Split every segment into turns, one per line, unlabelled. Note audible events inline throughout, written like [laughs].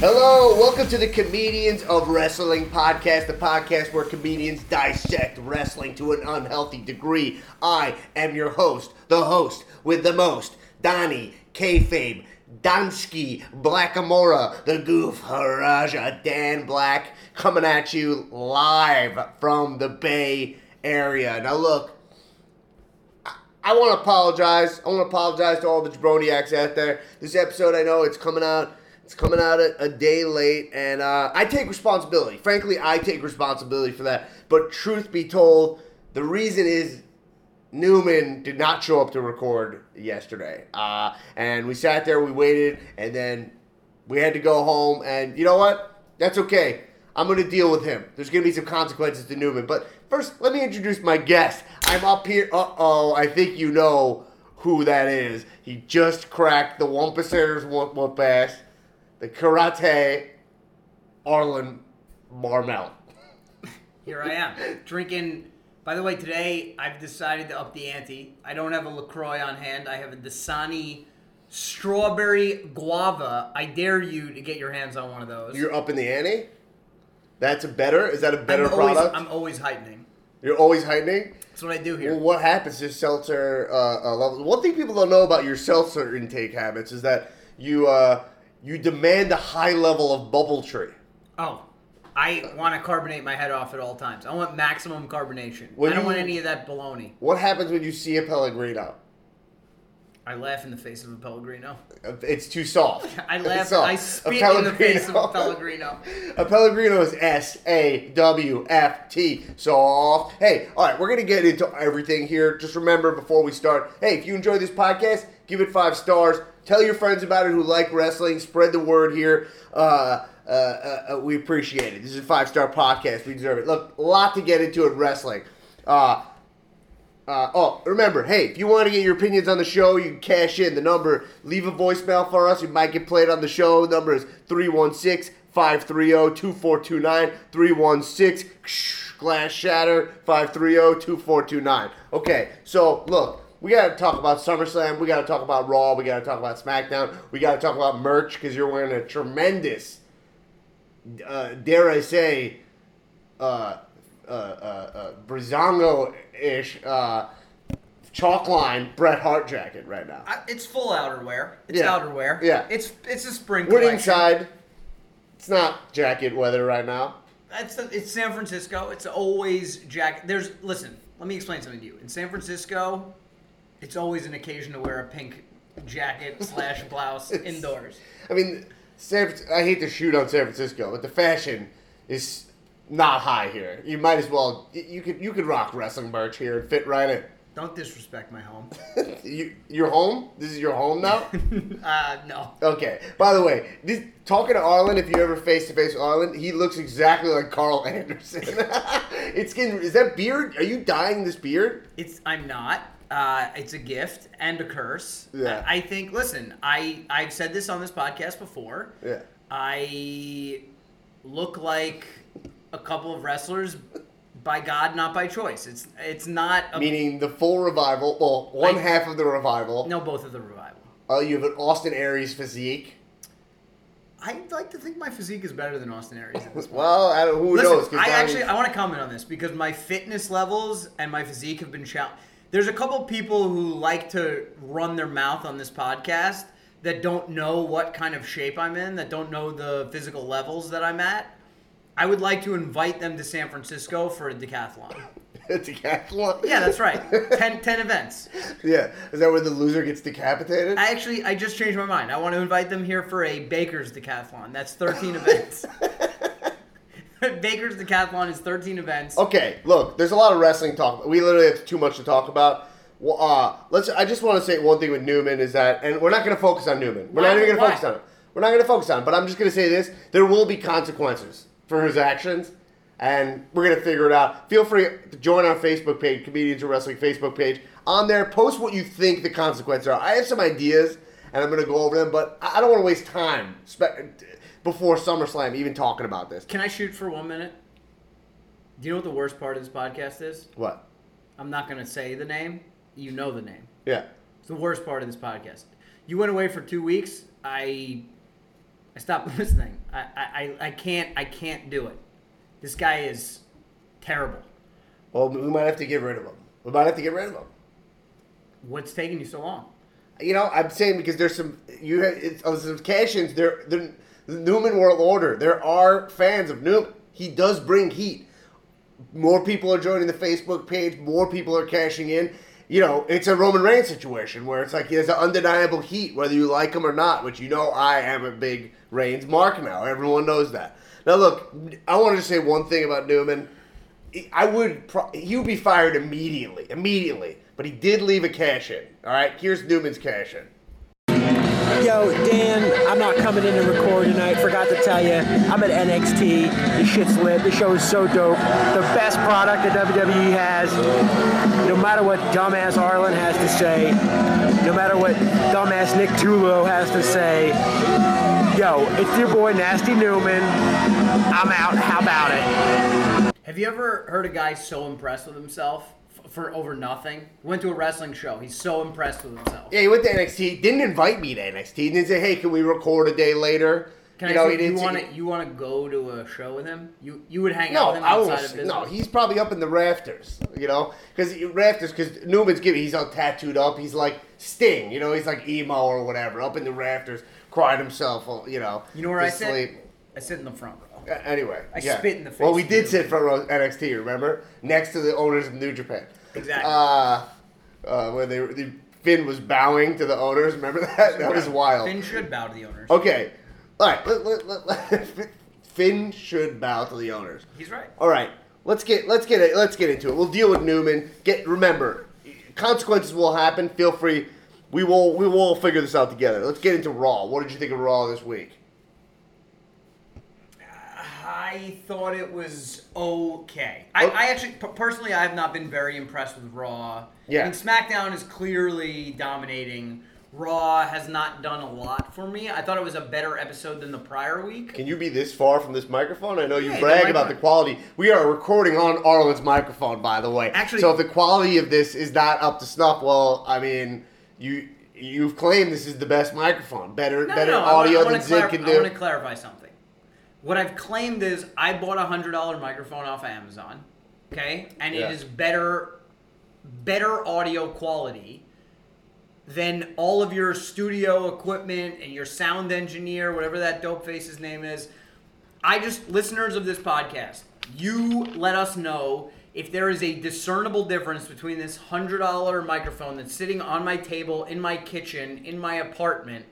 Hello, welcome to the Comedians of Wrestling podcast, the podcast where comedians dissect wrestling to an unhealthy degree. I am your host, the host with the most, Donnie Kayfabe, Donsky Blackamora, the Goof Haraja, Dan Black, coming at you live from the Bay Area. Now, look, I want to apologize. I want to apologize to all the jabroniacs out there. This episode, I know it's coming out. It's coming out a, a day late, and uh, I take responsibility. Frankly, I take responsibility for that. But truth be told, the reason is Newman did not show up to record yesterday. Uh, and we sat there, we waited, and then we had to go home. And you know what? That's okay. I'm going to deal with him. There's going to be some consequences to Newman. But first, let me introduce my guest. I'm up here. Uh oh, I think you know who that is. He just cracked the Wumpasers Wump Wump Ass, the Karate Arlen Marmel.
Here I am drinking. By the way, today I've decided to up the ante. I don't have a Lacroix on hand. I have a Dasani strawberry guava. I dare you to get your hands on one of those.
You're up in the ante? That's a better? Is that a better
I'm always,
product?
I'm always heightening.
You're always heightening?
That's what I do here.
Well, what happens is seltzer uh, uh, level. One thing people don't know about your seltzer intake habits is that you uh, you demand a high level of bubble tree.
oh, I want to carbonate my head off at all times. I want maximum carbonation.
When
I don't
you-
want any of that baloney.
What happens when you see a Pellegrino?
I laugh in the face of a Pellegrino.
It's too soft.
[laughs]
[laughs]
I
It's
laugh.
soft.
I
A
spit in the face of a
Pellegrino.
Pellegrino.
A Pellegrino is S A W F T. Soft. Hey, all right, we're going to get into everything here. Just remember before we start hey, if you enjoy this podcast, give it five stars. Tell your friends about it who like wrestling. Spread the word here. Uh, uh, uh, uh, we appreciate it. This is a five star podcast. We deserve it. Look, a lot to get into in wrestling. Uh, uh, oh, remember, hey, if you want to get your opinions on the show, you can cash in. The number, leave a voicemail for us. You might get played on the show. The number is 316 530 2429. 316 glass shatter oh, 530 2429. Okay, so look, we got to talk about SummerSlam. We got to talk about Raw. We got to talk about SmackDown. We got to talk about merch because you're wearing a tremendous, uh, dare I say, uh, uh, uh, Brizongo ish uh, chalk line Bret Hart jacket right now.
I, it's full outerwear. It's
Yeah.
outerwear.
Yeah.
It's it's a spring.
We're
collection.
inside. It's not jacket weather right now.
That's the, it's San Francisco. It's always jack. There's listen. Let me explain something to you. In San Francisco, it's always an occasion to wear a pink
[laughs]
jacket slash blouse indoors.
I mean, San, Fran- I hate to shoot on San Francisco, but the fashion is not high here. You might as well you could you could rock wrestling merch here and fit right
Don't disrespect
[laughs]
my home.
in. [laughs] you, your home? This is your home now.
Uh, no.
Okay. By the way, this, talking to Arlen, if you ever face to face Arlen, he looks exactly like Carl [laughs] Anderson. it's getting. Is that beard? Are you dyeing this beard?
It's I'm not. Uh, it's a gift and a curse.
Yeah.
I, I think. Listen, I I've said this on this podcast before.
Yeah.
I look like a couple of wrestlers by God, not by choice. It's it's not a,
Meaning the full revival. Well, one
I-
half of the revival.
no both of the revival.
Uh, you have an Austin Aries physique.
I'd like to think my physique is better than Austin
[laughs]
Aries at this point.
Well, I don't, who
Listen,
knows? 'cause
I
Donnie- [laughs]
actually I want to comment on this because my fitness levels and my physique have been challenged. There's a couple people who like to run their mouth on this podcast that don't know what kind of shape I'm in, that don't know the physical levels that I'm at. I would like to invite them to San Francisco for a decathlon.
decathlon.
Yeah,
[laughs]
that's right. 10, 10 events.
yeah. Is that where the loser gets decapitated?
I actually I just changed my mind. I want to invite them here for a Baker's Decathlon. That's 13 events. [laughs] Baker's Decathlon is 13 events.
Okay, look, there's a lot of wrestling talk. We literally have too much to talk about. Well, uh, let's. I just want to say one thing with Newman is that, and we're not going to focus on Newman. We're not
Why?
even going to
Why?
focus on him. We're not going to focus on him. But I'm just going to say this: there will be consequences for his actions, and we're going to figure it out. Feel free to join our Facebook page, Comedians of Wrestling Facebook page. On there, post what you think the consequences are. I have some ideas, and I'm going to go over them, but I I don't want to waste time spe- before SummerSlam even talking about this.
Can I shoot for one minute? Do you know what the worst part of this podcast is?
What?
I'm not going to say the name. You know the name.
Yeah.
It's the worst part of this podcast. You went away for two weeks. I I stopped [laughs] listening. I, I, I can't I can't do it. This guy is terrible.
Well, we might have to get rid of him. We might have to get rid of him.
What's taking you so long?
You know, I'm saying because there's some you have it's, oh, some cash-ins. There, the Newman World Order. There are fans of Newman. He does bring heat. More people are joining the Facebook page. More people are cashing in. You know, it's a Roman Reigns situation where it's like there's an undeniable heat, whether you like him or not. Which you know, I am a big Reigns mark now. Everyone knows that. Now, look, I want to say one thing about Newman. I would pro- he would be fired immediately, immediately. But he did leave a cash in. All right, here's Newman's cash in.
Yo, Dan, I'm not coming in to record tonight. Forgot to tell you, I'm at NXT. The shit's lit. The show is so dope. The best product that WWE has. No matter what dumbass Arlen has to say, no matter what dumbass Nick Tulo has to say. Yo, it's your boy Nasty Newman. I'm out. How about it?
Have you ever heard a guy so impressed with himself f- for over nothing? Went to a wrestling show. He's so impressed with himself.
Yeah, he went to NXT. Didn't invite me to NXT. He didn't say, "Hey, can we record a day later?"
Can I say, you want to you want to go to a show with him? You you would hang out
No,
with him
I
outside
was
of business.
no. He's probably up in the rafters, you know, because rafters. Because Newman's giving. He's all tattooed up. He's like Sting, you know. He's like emo or whatever, up in the rafters, crying himself, you know.
you know where
to
I sit?
sleep.
I sit in the front row.
Uh, Anyway,
I
yeah.
spit in the face
Well, we
of
did
you.
sit front row NXT, remember, next to the owners of New Japan.
Exactly.
Uh, uh, where they, were- the Finn was bowing to the owners. Remember [laughs] that? That was wild. Oh.
Finn should bow to the owners.
Okay, all right. Let, let, let, let- [laughs] Finn should bow to the owners.
He's right.
All right, let's get let's get it let's get into it. We'll deal with Newman. Get remember, consequences will happen. Feel free. We will we will figure this out together. Let's get into Raw. What did you think of Raw this week?
I thought it was okay. I,
Oh.
I actually, p- personally, I have not been very impressed with Raw.
Yeah.
I mean, SmackDown is clearly dominating. Raw has not done a lot for me. I thought it was a better episode than the prior week.
Can you be this far from this microphone? I know you
Yeah, the
brag about the
microphone.
quality. We are recording on Arlen's microphone, by the way.
Actually-
so if the quality of this is not up to snuff, well, I mean, you you've claimed this is the best microphone, better
No,
better
no, no, I
audio
wanna- I
than
wanna
Zig
clarif-
can
I
do.
want to clarify something. What I've claimed is I bought a hundred dollar microphone off Amazon, okay, and
Yeah.
it is better, better audio quality than all of your studio equipment and your sound engineer, whatever that dope face's name is. I just listeners of this podcast, you let us know if there is a discernible difference between this hundred dollar microphone that's sitting on my table in my kitchen in my apartment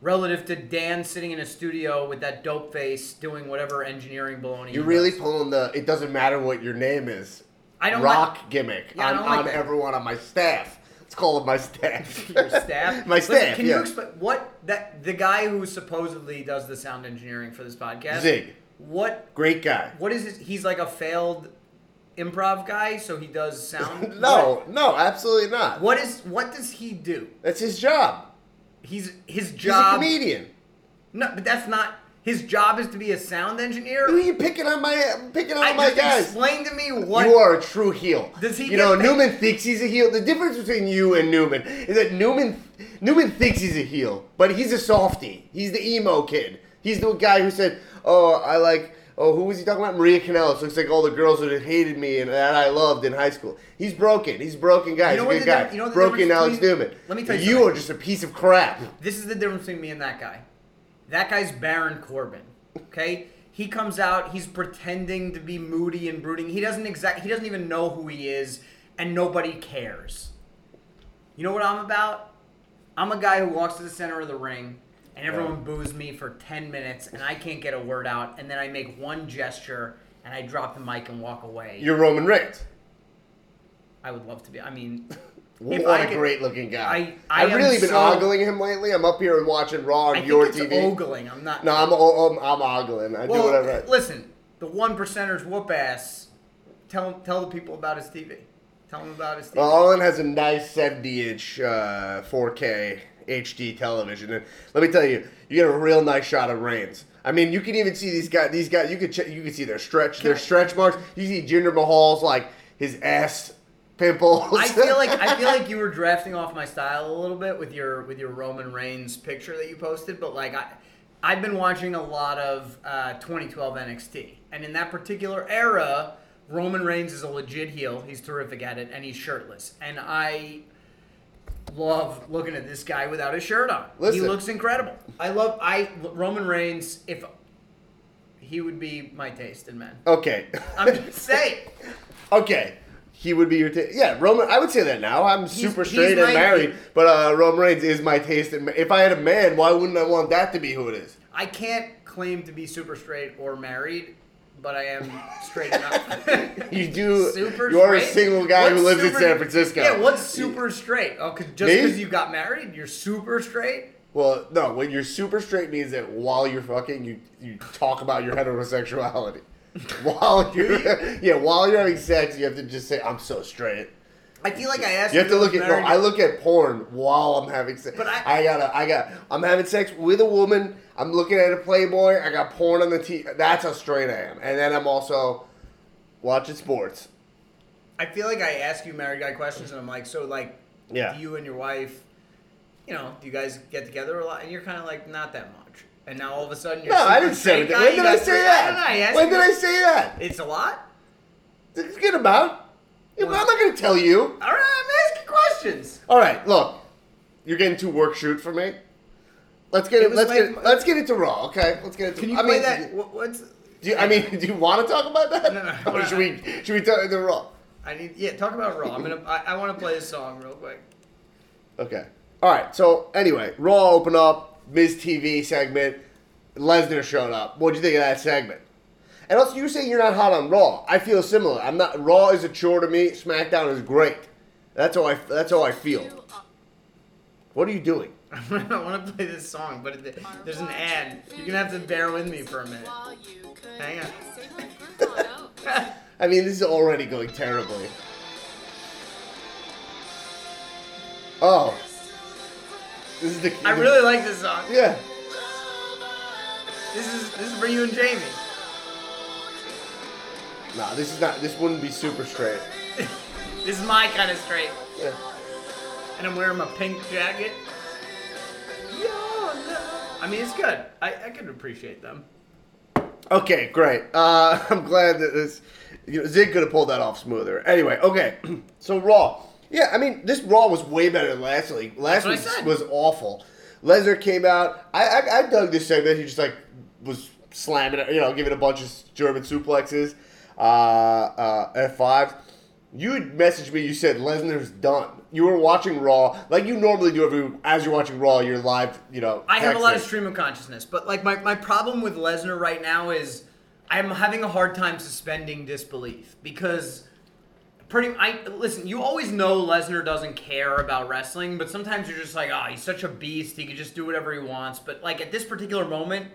relative to Dan sitting in a studio with that dope face doing whatever engineering baloney.
You're
he
really
does.
pulling the it doesn't matter what your name is.
I don't
rock
like-
gimmick
Yeah, I
on,
don't like
on
that.
everyone on my staff. Let's call it my staff.
[laughs]
[laughs]
your staff.
my
Listen,
staff.
Can
yeah.
you explain what that the guy who supposedly does the sound engineering for this podcast?
Zig.
What
Great guy.
what is his, he's like a failed improv guy, so he does
[laughs]
sound
No, no, absolutely
What-
not.
what is what does he do?
That's his job.
He's his
He's a
job
comedian.
No, but that's not his job is to be a sound engineer.
Who are you picking on my picking on
I
my
just
guys?
explain to me what
You are a true heel.
Does he
you know,
get-
Newman thinks he's a heel. The difference between you and Newman is that Newman Newman thinks he's a heel, but he's a softie. He's the emo kid. He's the guy who said, "Oh, I like." Oh, who was he talking about? Maria Canellis. Looks like all the girls that hated me and that I loved in high school. He's broken. He's a broken guy.
You know
he's
what
a
the
good guy.
diff- you know what the
broken
difference
Alex
between-
Newman.
Let me tell you
You
something.
are just a piece of crap.
This is the difference between me and that guy. That guy's Baron Corbin. Okay? He comes out, he's pretending to be moody and brooding. He doesn't exact he doesn't even know who he is and nobody cares. You know what I'm about? I'm a guy who walks to the center of the ring and everyone boos me for 10 minutes and I can't get a word out and then I make one gesture and I drop the mic and walk away.
You're Roman Reigns.
I would love to be.
[laughs]
I mean, if
What
I
a
could-
great looking guy.
I- I
have really
am
been
so-
ogling him lately. I'm up here and watching Raw on
I think
your
it's
TV.
ogling. I'm not
No, I'm, o- I'm, I'm ogling. I do
Well,
whatever. I,
listen, the one percenters whoop ass. Tell tell the people about his TV. Tell them about his TV.
well, Olin has a nice 70 inch uh, 4K HD television. And let me tell you, you get a real nice shot of Reigns. I mean, you can even see these guys. These guys, you could check, you could see their stretch, their stretch marks. You see Jinder Mahal's like his ass pimples.
I feel like
[laughs]
I feel like you were drafting off my style a little bit with your with your Roman Reigns picture that you posted, but like I I've been watching a lot of uh, 2012 NXT, and in that particular era, Roman Reigns is a legit heel. He's terrific at it, and he's shirtless. And I love looking at this guy without his shirt on.
Listen.
He looks incredible. I love I Roman Reigns. If he would be my taste in men,
Okay.
I'm just saying.
okay. He would be your ta Yeah, Roman. I would say that now. I'm super
he's
straight and
my-
married, but uh, Roman Reigns is my taste. In, ma- if I had a man, why wouldn't I want that to be who it is?
I can't claim to be super straight or married, but I am
[laughs]
straight enough.
You do.
super
you are a
straight?
single guy who
What's
lives in
super-
San Francisco.
Yeah, what's super straight? Oh, 'cause just
Me?
because you got married, you're super straight?
Well, no. When you're super straight means that while you're fucking, you you talk about your heterosexuality. [laughs] while you're [laughs] yeah, while you're having sex, you have to just say, "I'm so straight."
I feel like I asked
You have to
if
look
I
at
was
no.
married.
I look at porn while I'm having sex.
But I-
I gotta. I got. I'm having sex with a woman. I'm looking at a Playboy. I got porn on the t. That's how straight I am. And then I'm also watching sports.
I feel like I ask you married guy questions, and I'm like, so like,
Yeah.
you and your wife, you know, do you guys get together a lot? And you're kind of like, not that much. And now all of a sudden, you're
No, I
super
didn't say
straight
that.
guy,
When
you
did I say
got three-
that?
I don't know. I asked
when
you
did
that.
I say that?
It's a lot.
Forget about. I'm not gonna tell you.
All right, I'm asking questions.
All right, look, you're getting too work shoot for me. Let's get
It
it.
was
Let's
like-
get let's get into raw. Okay, let's get into.
Can you
I
play
mean,
that? What, what's?
Do you, I mean, [laughs] do you want to talk about that?
No, no,
Or
no.
should we should we talk into raw?
I need. Yeah, talk about Raw. I'm gonna. I, I want to play this song real quick. [laughs]
Okay. All right. So anyway, raw open up Miz TV segment. Lesnar showed up. What'd you think of that segment? And also, you were saying you're not hot on Raw. I feel similar. I'm not. Raw is a chore to me. SmackDown is great. That's how I. That's how I feel. What are you doing?
I want to play this song, but it, there's an ad. You're gonna have to bear with me for a minute. Hang on.
I mean, this is already going terribly. Oh. This is the.
I really like this song.
Yeah.
This is this is for you and Jamie.
Nah, this is not. This wouldn't be super straight.
This is my kind of straight.
Yeah.
And I'm wearing my pink jacket. I mean, it's good. I, I can appreciate them.
Okay, great. Uh, [laughs] I'm glad that this. You know, Zig could have pulled that off smoother. Anyway, okay. [clears throat] so Raw. Yeah, I mean, this Raw was way better than last week. Last
That's what I
week
said.
was awful. Lesnar came out. I, I I dug this segment. He just like was slamming it, you know, giving a bunch of German suplexes. Uh, uh, F five. You had messaged me. You said Lesnar's done. You were watching Raw like you normally do every as you're watching Raw. You're live. You know.
I have a lot of
texting.
stream of consciousness, but like my, my problem with Lesnar right now is I'm having a hard time suspending disbelief because pretty I listen, you always know Lesnar doesn't care about wrestling, but sometimes you're just like, ah, he's such a beast, he could just do whatever he wants. But like at this particular moment,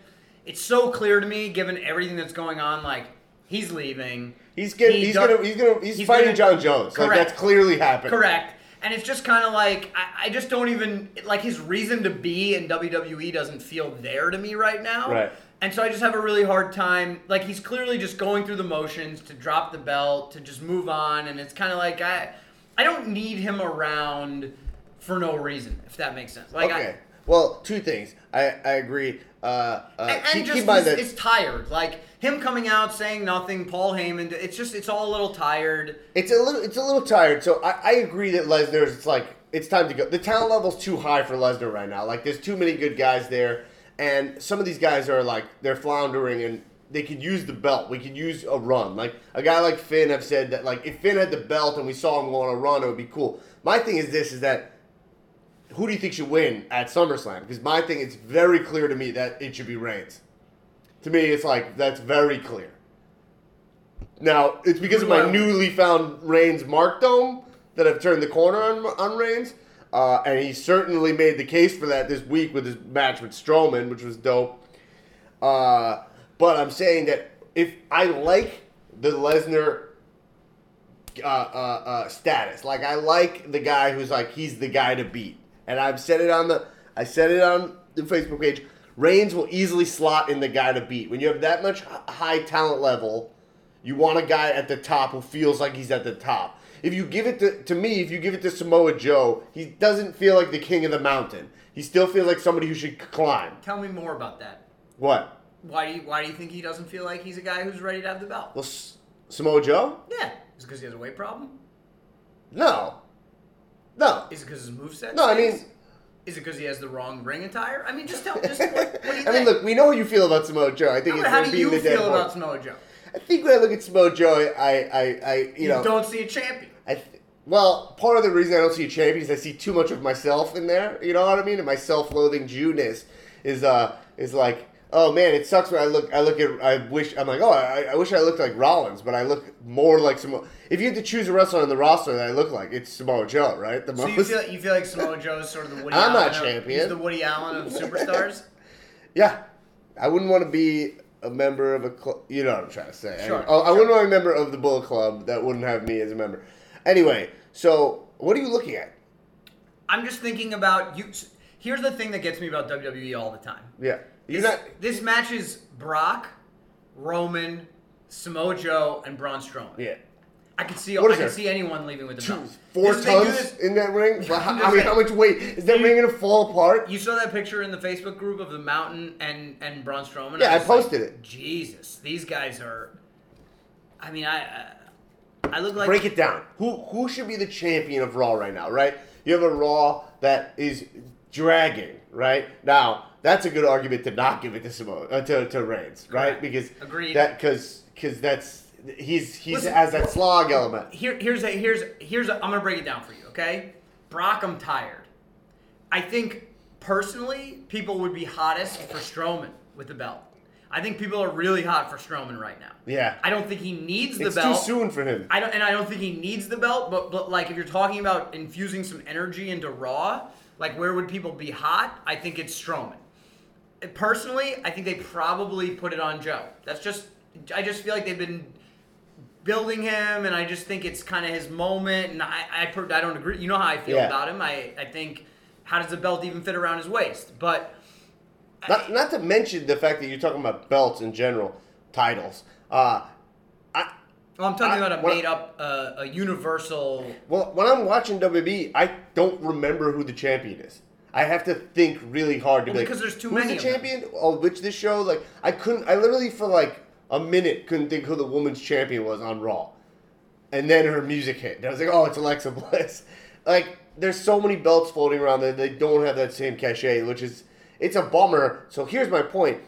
it's so clear to me, given everything that's going on, like he's leaving.
He's getting.
He
he's
don't-
gonna. He's gonna. He's, fighting
gonna-
John Jones. Like
Correct.
that's clearly happened.
Correct. And it's just kind of like I, I just don't even like his reason to be in WWE doesn't feel there to me right now.
Right.
And so I just have a really hard time. Like he's clearly just going through the motions to drop the belt to just move on, and it's kind of like I I don't need him around for no reason if that makes sense. Like
Okay. well, two things. I I agree. Uh, uh,
I, and,
keep,
and
keep in
just
mind
it's,
that
it's tired. Like him coming out saying nothing, Paul Heyman. It's just it's all a little tired.
it's a little. It's a little tired. So I, I agree that Lesnar's. It's like it's time to go. The talent level's too high for Lesnar right now. Like there's too many good guys there, and some of these guys are like they're floundering and. They could use the belt. We could use a run. Like a guy like Finn, I've said that like if Finn had the belt and we saw him go on a run, it would be cool. My thing is this: is that who do you think should win at SummerSlam? Because my thing, it's very clear to me that it should be Reigns. To me, it's like that's very clear. Now it's because of my
Well-
newly found Reigns Mark Dome that I've turned the corner on on Reigns, uh, and he certainly made the case for that this week with his match with Strowman, which was dope. Uh, but I'm saying that if I like the Lesnar uh, uh, uh, status. Like I like the guy who's like he's the guy to beat, and I've said it on the I said it on the Facebook page. Reigns will easily slot in the guy to beat. When you have that much h- high talent level, you want a guy at the top who feels like he's at the top. If you give it to, to me, if you give it to Samoa Joe, he doesn't feel like the king of the mountain. He still feels like somebody who should c- climb.
Tell me more about that.
What?
Why do you Why do you think he doesn't feel like he's a guy who's ready to have the belt?
Well, S- Samoa Joe?
Yeah, is it because he has a weight problem?
No. No.
Is it because his moveset?
No, I mean,
stinks? is it because he has the wrong ring attire? I mean, just tell.
[laughs]
Just what, what do you think?
I mean, look, we know how you feel about Samoa Joe. I think
No,
it's
but how
him
do
being
you
the dead
feel about
horse.
Samoa Joe?
I think when I look at Samoa Joe, I, I, I you,
You
know,
don't see a champion.
I th- well, part of the reason I don't see a champion is I see too much of myself in there. You know what I mean? And my self-loathing Jewness is uh is like, oh man, it sucks when I look. I look at. I wish I'm like, oh, I, I wish I looked like Rollins, but I look more like Samoa. If you had to choose a wrestler on the roster that I look like, it's Samoa Joe, right? The
So you
most-
feel you feel like Samoa Joe is sort of the Woody
I'm
Allen
not
of-
champion.
He's the Woody Allen of superstars.
Yeah, I wouldn't want to be a member of a club. You know what I'm trying to say. I-
Sure,
oh, I wouldn't want to be a member of the Bullet Club that wouldn't have me as a member. Anyway, so what are you looking at?
I'm just thinking about you. Here's the thing that gets me about WWE all the time.
Yeah, you're
this,
not.
this match is Brock, Roman, Samoa Joe, and Braun Strowman.
Yeah.
I could see.
What
I
is
could
there?
see anyone leaving with the
Two,
belt.
four
This- they do
tons
this-
in that ring.
[laughs]
Well,
I'm
how,
just
I mean,
saying.
how much weight is that ring gonna fall apart?
You saw that picture in the Facebook group of the Mountain and and Braun Strowman.
Yeah, I
was like,
posted it.
Jesus, these guys are. I mean, I I, I look like
Break it down. Who who should be the champion of Raw right now? Right, you have a Raw that is dragging. Right now, that's a good argument to not give it to Samoa uh, to to Reigns. Right,
Correct.
because
Agreed.
That because because that's he's he's
Listen,
has that slog element.
Here, here's a here's here's a, I'm gonna break it down for you, okay? Brock, I'm tired. I think personally, people would be hottest for Strowman with the belt. I think people are really hot for Strowman right now.
Yeah.
I don't think he needs the
It's too
belt.
soon for him.
I don't, and I don't think he needs the belt. But, but like, if you're talking about infusing some energy into Raw, like where would people be hot? I think it's Strowman. And Personally, I think they probably put it on Joe. That's just, I just feel like they've been building him, and I just think it's kind of his moment. And I, I, per- I don't agree. You know how I feel
Yeah.
about him. I, I think, how does the belt even fit around his waist? But
Not, not to mention the fact that you're talking about belts in general, titles. Uh, I,
well, I'm talking
I-
about a
what-
made up, uh, a universal.
Well, when I'm watching WB, I don't remember who the champion is. I have to think really hard to
Well,
be
because
like,
there's too
who's
many
the
of them."
champion? Oh, which this show? Like, I couldn't. I literally for like a minute couldn't think who the woman's champion was on Raw, and then her music hit. And I was like, oh, it's Alexa Bliss. [laughs] Like, there's so many belts floating around that they don't have that same cachet, which is it's a bummer. So here's my point.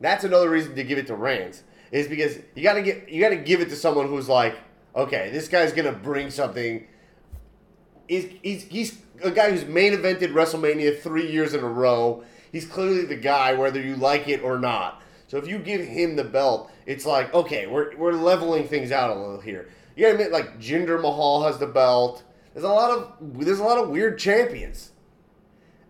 That's another reason to give it to Reigns is because you gotta get you gotta give it to someone who's like, okay, this guy's gonna bring something he's, he's, he's a guy who's main evented WrestleMania three years in a row. He's clearly the guy, whether you like it or not. So if you give him the belt, it's like, okay, we're, we're leveling things out a little here. You gotta admit, like Jinder Mahal has the belt. There's a lot of there's a lot of weird champions.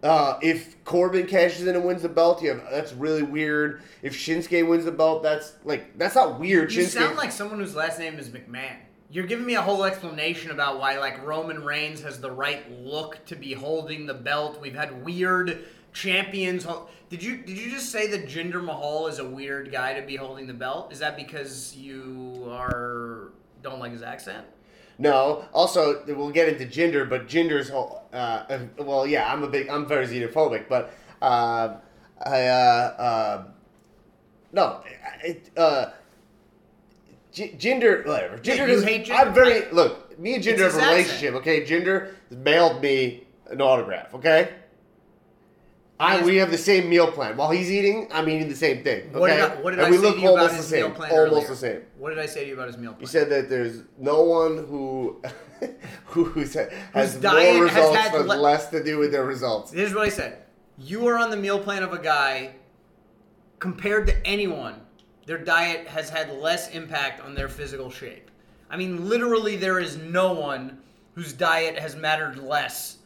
Uh, if Corbin cashes in and wins the belt, you have that's really weird. If Shinsuke wins the belt, that's like that's not weird.
You
Shinsuke,
sound like someone whose last name is McMahon. You're giving me a whole explanation about why, like, Roman Reigns has the right look to be holding the belt. We've had weird champions. hol- Did you did you just say that Jinder Mahal is a weird guy to be holding the belt? Is that because you are don't like his accent?
No. Also, we'll get into gender, but gender's whole. Uh, uh, well, yeah, I'm a big, I'm very xenophobic, but um I, uh, um no, it, uh, G- gender, whatever. Gender
you
is.
hate
I'm
gender?
very look. Me and gender
It's
have
his
a relationship. Okay, gender mailed me an autograph. Okay. I,
Yes.
we have the same meal plan. While he's eating, I'm eating the same thing. Okay?
What did I, what did
and
I
we
say
look
to you
almost
about
the
his
same.
meal plan?
almost
earlier?
the same.
What did I say to you about his meal plan?
You said that there's no one who [laughs] who's, has
diet
more
has
results
had
but
le-
less to do with their results.
Here's what I said. You are on the meal plan of a guy compared to anyone, their diet has had less impact on their physical shape. I mean, literally, there is no one whose diet has mattered less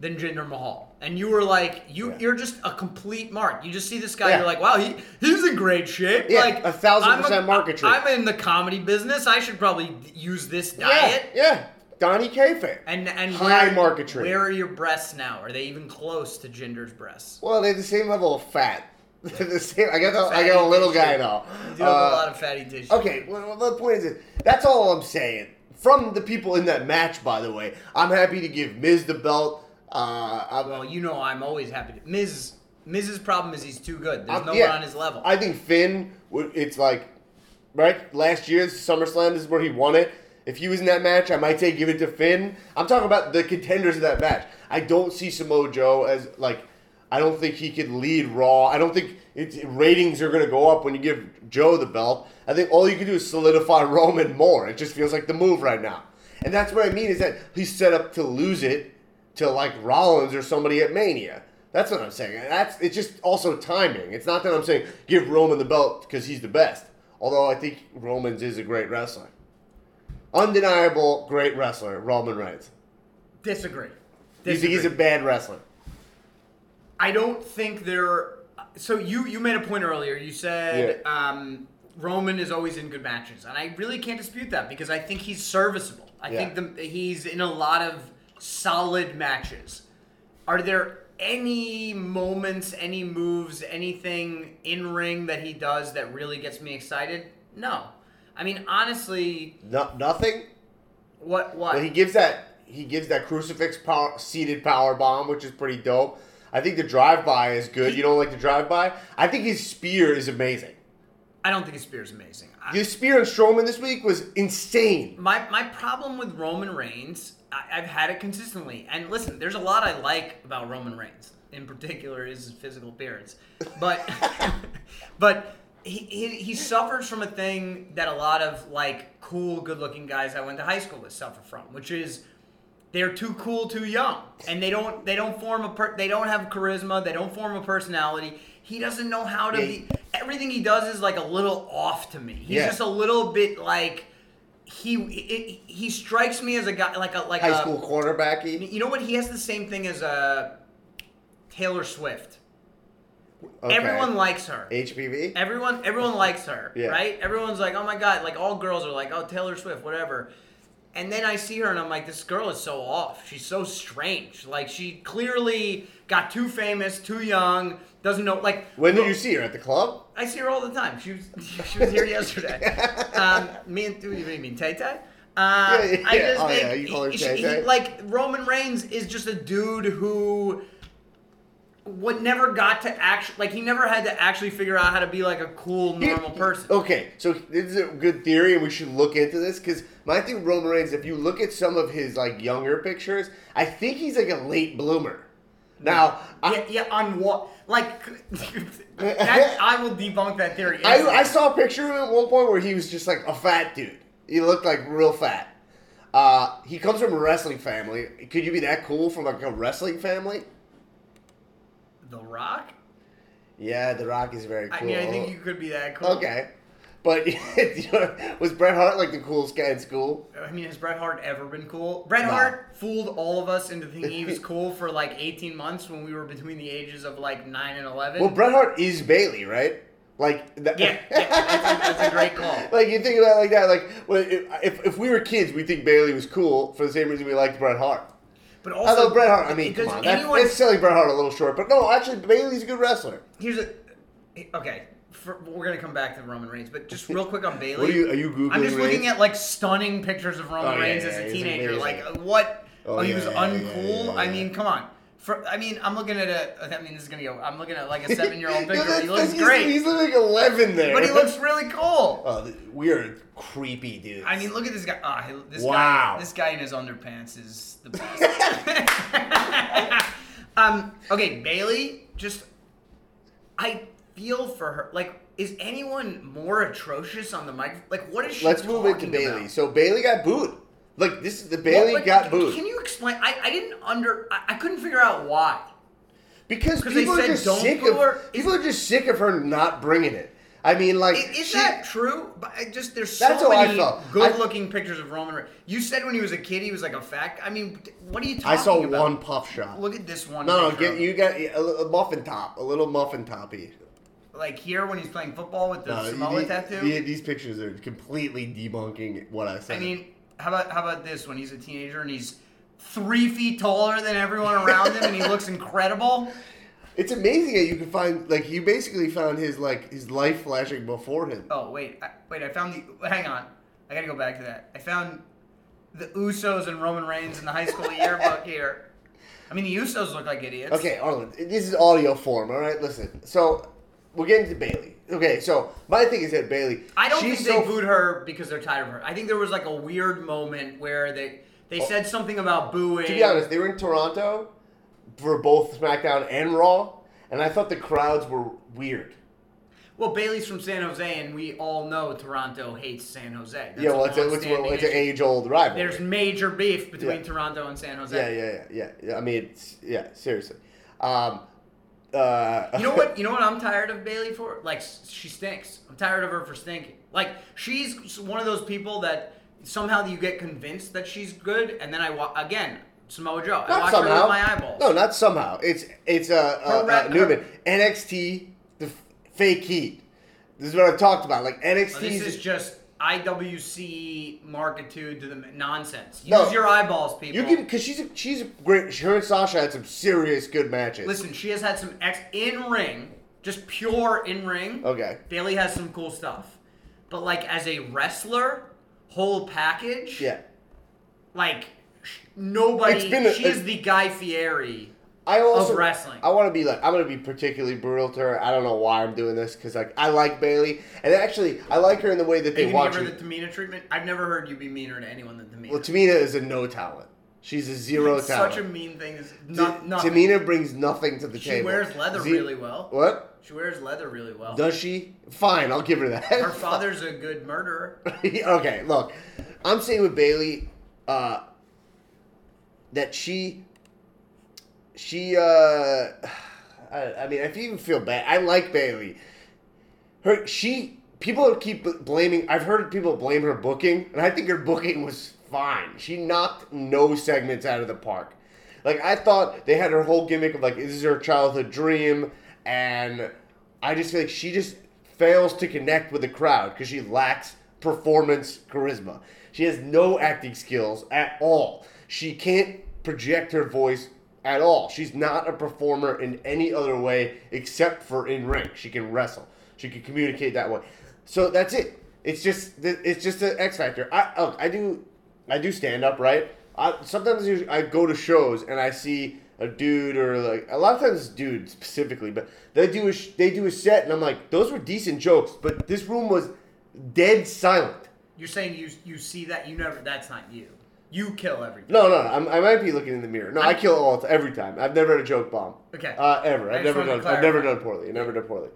than Jinder Mahal. And you were like, you,
Yeah.
you're just a complete mark. You just see this guy,
Yeah.
you're like, wow, he, he's in great shape.
Yeah,
like
a thousand
I'm
percent marketry.
I'm in the comedy business. I should probably use this
Yeah,
diet.
yeah. Donnie K fan.
And and
High
where,
marketry.
Where are your breasts now? Are they even close to Jinder's breasts?
Well, they have the same level of fat. [laughs] They're the same. I got the, I
Fatty
got a little guy
tissue.
now.
You do have
Uh,
a lot of fatty tissue.
Okay, well, well, the point is, this. that's all I'm saying. From the people in that match, by the way, I'm happy to give Miz the belt. Uh, I'm,
Well, you know I'm always happy to. Miz Miz's problem is he's too good. There's
I'm-
no
yeah.
one on his level.
I think Finn, would- it's like, right? Last year's SummerSlam this is where he won it. If he was in that match, I might say give it to Finn. I'm talking about the contenders of that match. I don't see Samoa Joe as like. I don't think he could lead Raw. I don't think it's, ratings are going to go up when you give Joe the belt. I think all you can do is solidify [laughs] Roman more. It just feels like the move right now, and that's what I mean is that he's set up to lose it to like Rollins or somebody at Mania. That's what I'm saying. And That's it's just also timing. It's not that I'm saying give Roman the belt because he's the best. Although I think Roman's is a great wrestler, undeniable great wrestler. Roman Reigns.
disagree.
You think
disagree.
he's a bad wrestler?
I don't think there. So you you made a point earlier. You said um, Roman is always in good matches, and I really can't dispute that because I think he's serviceable. I
Yeah.
think the, he's in a lot of solid matches. Are there any moments, any moves, anything in ring that he does that really gets me excited? No. I mean, honestly,
No, nothing.
what what?
But he gives that he gives that crucifix power, seated power bomb, which is pretty dope. I think the drive by is good. You don't like the drive by? I think his spear is amazing.
I don't think his spear is amazing. I-
His spear on Strowman this week was insane.
My my problem with Roman Reigns, I, I've had it consistently. And listen, there's a lot I like about Roman Reigns. In particular, is his physical appearance,
[laughs]
but but he, he he suffers from a thing that a lot of like cool, good-looking guys I went to high school with suffer from, which is they're too cool, too young, and they don't they don't form a per- they don't have charisma, they don't form a personality. He doesn't know how to
Yeah.
be. Everything he does is like a little off to me. He's
Yeah.
just a little bit like he it, he strikes me as a guy like a like
High
a,
school cornerbacky.
You know what? He has the same thing as uh, Taylor Swift.
Okay.
Everyone likes her.
HPV.
Everyone everyone likes her,
Yeah.
right? Everyone's like, "Oh my god!" Like all girls are like, "Oh Taylor Swift, whatever." And then I see her and I'm like, "This girl is so off. She's so strange. Like she clearly got too famous, too young, doesn't know like."
When did you see her at the club?
I see her all the time. She was [laughs] she was here
[laughs]
yesterday. um, me and what do you mean Tay Tay? Uh,
Yeah, yeah,
I
yeah.
just
Oh,
think
yeah, you call her
he- she-
Tay-Tay.
he- like Roman Reigns is just a dude who would never got to actually like he never had to actually figure out how to be like a cool normal person.
Okay, so this is a good theory, and we should look into this because my thing, with Roman Reigns. If you look at some of his like younger pictures, I think he's like a late bloomer. Now, I,
yeah, yeah, on what like [laughs] that, I will debunk that theory.
I,
instantly.
I saw a picture of him at one point where he was just like a fat dude. He looked like real fat. Uh, he comes from a wrestling family. Could you be that cool from like a wrestling family?
The Rock.
Yeah, The Rock is very cool.
I mean, I think you could be that cool.
okay, but [laughs] was Bret Hart like the coolest guy in school?
I mean, has Bret Hart ever been cool? Bret
No.
Hart fooled all of us into
[laughs]
thinking he was cool for like 18 months when we were between the ages of like 9 and 11.
Well, Bret Hart is Bailey, right? Like that. [laughs]
yeah, yeah, that's, a, that's a great call.
Like you think about it like that, like well, if, if we were kids, we think Bailey was cool for the same reason we liked Bret Hart.
But also,
Although Bret Hart, I mean,
does
come on, that's,
anyone-
that's selling Bret Hart a little short. But no, actually, Bailey's a good wrestler.
here's a okay. For, we're gonna come back to Roman Reigns, but just real quick on Bailey.
What are you? Are you googling?
I'm just looking
Reigns?
at like stunning pictures of Roman
Oh, yeah,
Reigns
yeah,
as a
he's
teenager.
amazing.
Like uh, what?
Oh,
Oh, he
yeah,
was
yeah, yeah,
uncool.
yeah, yeah,
I
yeah.
mean, come on. For, I mean, I'm looking at a. I mean, this is gonna go. I'm looking
[laughs]
at like a seven-year-old
No,
picture.
that's-
he
that's-
looks
he's-
great,
He's, looking like 11 there.
but he looks really cool.
[laughs] Oh, th- we are creepy dudes.
I mean, look at this guy. Ah, he- this
Wow.
guy. This guy in his underpants is
[laughs]
the best. [laughs] um. Okay, Bailey. Just, I feel for her. Like, is anyone more atrocious on the mic? Like, what is she?
let's move into
talking
Bailey.
about?
So Bailey got booed. Like this is the
What-
Bailey
what-
got
can-
booed
Can you explain? I, I didn't under. I, I couldn't figure out why.
because
'Cause they
people are
said
just
don't
sick
boo
of
her?
people are just sick of her not bringing it. I mean, like
I- Is
she-
that true? But I just there's so
That's how I
many
felt. I-
good-looking pictures of Roman. Reigns. You said when he was a kid, he was like a fat. I mean, what are you
I
talking
saw
about?
one puff shot.
Look at this one.
no, no,
picture
get
of-
you got a, little muffin top, a little muffin toppy. Uh,
like here when he's playing football with the
No,
Samoa
the-
tattoo.
the- these pictures are completely debunking what I said.
I mean, how about how about this when he's a teenager and he's three feet taller than everyone around him and he looks incredible? [laughs]
It's amazing that you can find like you basically found his like his life flashing before him.
Oh wait, I, wait, I found the. Hang on,
[laughs]
I gotta go back to that. I found the Usos and Roman Reigns in the high school yearbook here. I mean, the Usos look like idiots.
Okay, Arlen, this is audio form, all right? Listen. So, we're getting to Bailey. Okay, so my thing is that Bailey.
I don't
she's
think they
so
booed her because they're tired of her. I think there was like a weird moment where they they said something about booing.
Oh. To be honest, they were in Toronto for both SmackDown and Raw, and I thought the crowds were weird.
well, Bailey's from San Jose, and we all know Toronto hates San Jose. That's
yeah,
a
well, it's, a, it's, well,
longstanding
it's an
issue.
age old rival.
There's major beef between
Yeah.
Toronto and San Jose.
yeah, yeah, yeah, yeah. I mean, it's, yeah, seriously. Um, uh, [laughs]
You know what? You know what I'm tired of Bailey for? Like s- she stinks. I'm tired of her for stinking. Like she's one of those people that somehow you get convinced that she's good, and then I wa- again Samoa Joe. I
not
watch
somehow.
her with my eyeballs.
No, not somehow. It's it's uh, uh,
rep-
uh
her-
Newman NXT the f- fake heat. This is what I've talked about. Like NXT's
This is just IWC markitude to the m- nonsense. Use
No.
your eyeballs, people.
you can because she's a, she's a great. Her and Sasha had some serious good matches.
listen. She has had some ex in ring, just pure in ring.
Okay.
Bailey has some cool stuff, but like as a wrestler, whole package.
Yeah,
Like sh- nobody.
It's been a-
she is the Guy Fieri.
I also
wrestling.
I want to be like I'm gonna be particularly brutal to her. I don't know why I'm doing this because like I like Bailey and actually I like her in the way that
Are
they
you gonna
watch
give
her.
her the Tamina treatment? I've never heard you be meaner to anyone than Tamina.
well, Tamina is a no talent. She's a zero
It's
talent.
such a mean thing. Is
Ta-
not,
Tamina brings nothing to the
She
table.
wears leather
Ze-
really well.
What?
She wears leather really well.
Does she? Fine, I'll give her that. [laughs]
Her father's a good murderer.
okay, look, I'm saying with Bailey, uh, that she, she, uh, [sighs] I, I mean, I even feel bad. I like Bailey. Her, she, people keep blaming. I've heard people blame her booking, and I think her booking was fine. She knocked no segments out of the park. Like I thought they had her whole gimmick of like this is her childhood dream, and I just feel like she just fails to connect with the crowd because she lacks performance charisma. She has no acting skills at all. She can't project her voice at all. She's not a performer in any other way except for in ring. She can wrestle. She can communicate that way. So that's it. It's just it's just an X factor. I look, I do I do stand up, right? I sometimes you- I go to shows and I see a dude or like a lot of times it's dudes specifically, but they do a sh- they do a set and I'm like, those were decent jokes, but this room was dead silent.
You're saying you you see that you never. That's not you. You kill everything.
No, no, I'm, I might be looking in the mirror. No, I kill all every time. I've never had a joke bomb.
Okay.
Uh, ever.
I
I've
just
never
wanted
done.
to
I've never
clarify.
done poorly. I've never done poorly.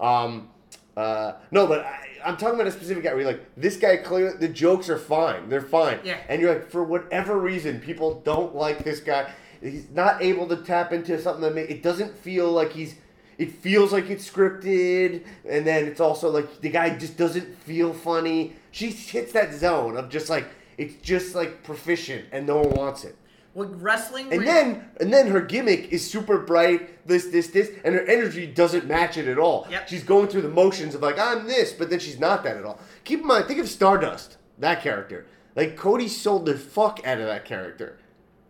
Um, uh, no, but I, I'm talking about a specific guy. Where you're like, this guy clearly the jokes are fine. They're fine.
Yeah.
And you're like, for whatever reason, people don't like this guy. He's not able to tap into something that ma- it doesn't feel like he's. It feels like it's scripted, and then it's also like the guy just doesn't feel funny. She hits that zone of just like it's just like proficient, and no one wants it.
Well, wrestling.
And
re-
then and then her gimmick is super bright, this, this, this, and her energy doesn't match it at all.
Yep.
She's going through the motions of like, I'm this, but then she's not that at all. Keep in mind, think of Stardust, that character. Like Cody sold the fuck out of that character.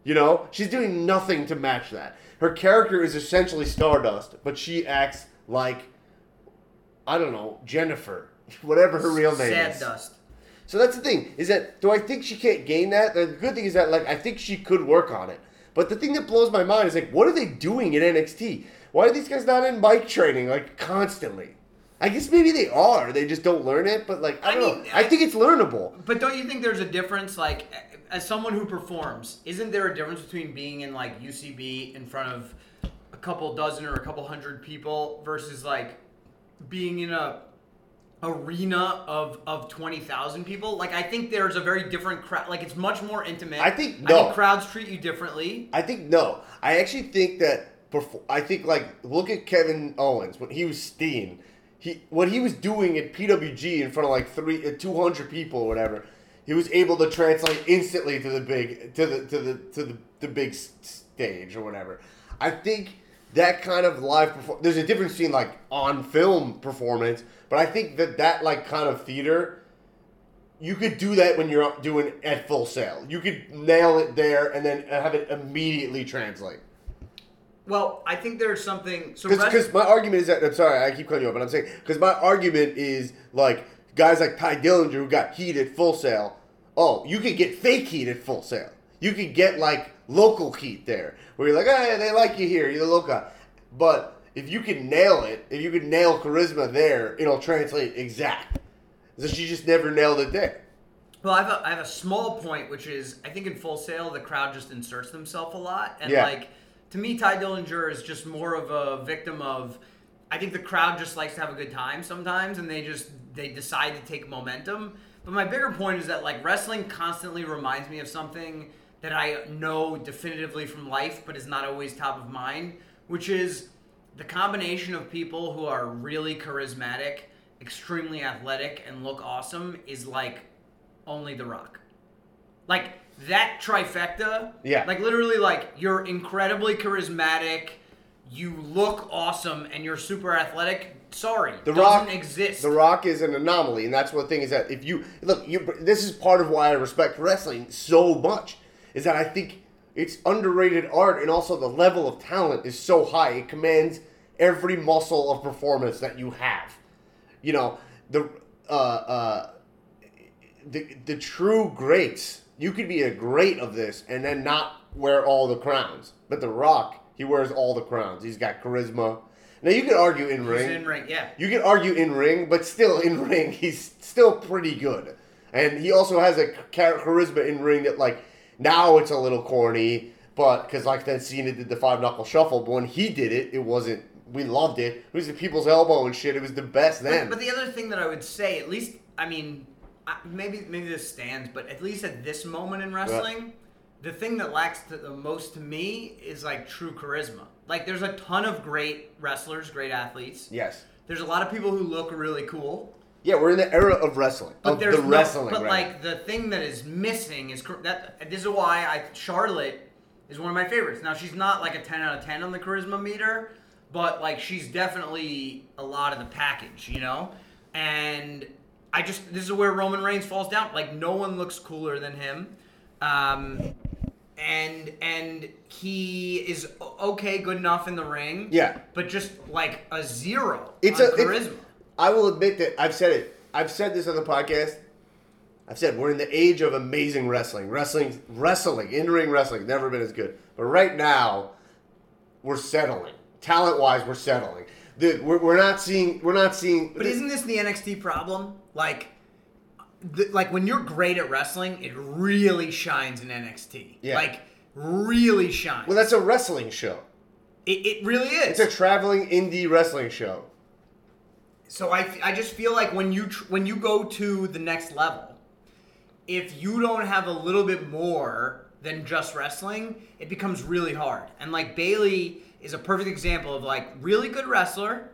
You know? She's doing nothing to match that. Her character is essentially Stardust, but she acts like I don't know, Jennifer. [laughs] Whatever her real name
sad
is.
dust.
So that's the thing is that do I think she can't gain that? The good thing is that like I think she could work on it. But the thing that blows my mind is like what are they doing in NXT? Why are these guys not in mic training like constantly? I guess maybe they are. They just don't learn it. But like I
I
don't
mean,
know. I think it's learnable.
But don't you think there's a difference? Like, as someone who performs, isn't there a difference between being in like UCB in front of a couple dozen or a couple hundred people versus like being in a arena of of 20,000 people? Like, I think there's a very different crowd. Like, it's much more intimate.
I think- no.
crowds treat you differently.
I think no. I actually think that before, I think like look at Kevin Owens when he was Steen. He what he was doing at PWG in front of like three uh, two hundred people or whatever. He was able to translate instantly to the big to the to the to the, the big s- stage or whatever. I think that kind of live perform. There's a difference between like on film performance, but I think that that like kind of theater you could do that when you're out doing at full sale. You could nail it there and then have it immediately translate.
Well, I think there's something. So rest-
Because my argument is that I'm sorry, I keep cutting you off, but I'm saying because my argument is like guys like Ty Dillinger who got heat at full sale. Oh, you could get fake heat at full sale. you could get like local heat there, where you're like, hey, they like you here, you're the loca. But if you can nail it, if you can nail charisma there, it'll translate exact. So she just never nailed it there.
Well, I have, a, I have a small point, which is I think in full sale the crowd just inserts themselves a lot, and
Yeah.
like to me, Ty Dillinger is just more of a victim of. I think the crowd just likes to have a good time sometimes, and they just they decide to take momentum. But my bigger point is that like wrestling constantly reminds me of something that I know definitively from life, but is not always top of mind, which is the combination of people who are really charismatic, extremely athletic, and look awesome is like only The Rock. Like that trifecta.
Yeah.
Like literally, like you're incredibly charismatic, you look awesome, and you're super athletic. Sorry,
The
doesn't
Rock
exist.
The Rock is an anomaly, and that's what the thing is that if you look, you this is part of why I respect wrestling so much is that I think it's underrated art, and also the level of talent is so high it commands every muscle of performance that you have. You know the uh, uh, the the true greats. You could be a great of this and then not wear all the crowns, but The Rock he wears all the crowns. He's got charisma. Now you could argue in
He's
ring.
in ring, yeah.
You can argue in ring, but still in [laughs] ring, he's still pretty good. And he also has a char- charisma in ring that, like, now it's a little corny, but because, like, then Cena did the five knuckle shuffle, but when he did it, it wasn't. We loved it. It was the people's elbow and shit. It was the best then.
But, but the other thing that I would say, at least, I mean, I, maybe maybe this stands, but at least at this moment in wrestling, the thing that lacks the, the most to me is like true charisma. Like, there's a ton of great wrestlers, great athletes.
yes.
There's a lot of people who look really cool.
Yeah, we're in the era of wrestling.
But
of
there's
the
no-
wrestling,
But
right?
like the thing that is missing is char- that. This is why I Charlotte is one of my favorites. Now she's not like a ten out of ten on the charisma meter, but like she's definitely a lot of the package, you know. And I just this is where Roman Reigns falls down. Like no one looks cooler than him. Um, and and he is o- okay, good enough in the ring.
Yeah.
but just like a zero.
It's
on
a it's-
charisma.
I will admit that I've said it. I've said this on the podcast. I've said we're in the age of amazing wrestling. Wrestling, wrestling, in ring wrestling, never been as good. But right now, we're settling. Talent wise, we're settling. The, we're, we're not seeing. We're not seeing.
But isn't this the NXT problem? Like, th- like when you're great at wrestling, it really shines in NXT.
Yeah.
Like, really shines.
well, that's a wrestling show.
it, it really is.
It's a traveling indie wrestling show.
so I, f- I just feel like when you tr- when you go to the next level, if you don't have a little bit more than just wrestling, it becomes really hard. And like Bailey is a perfect example of like really good wrestler,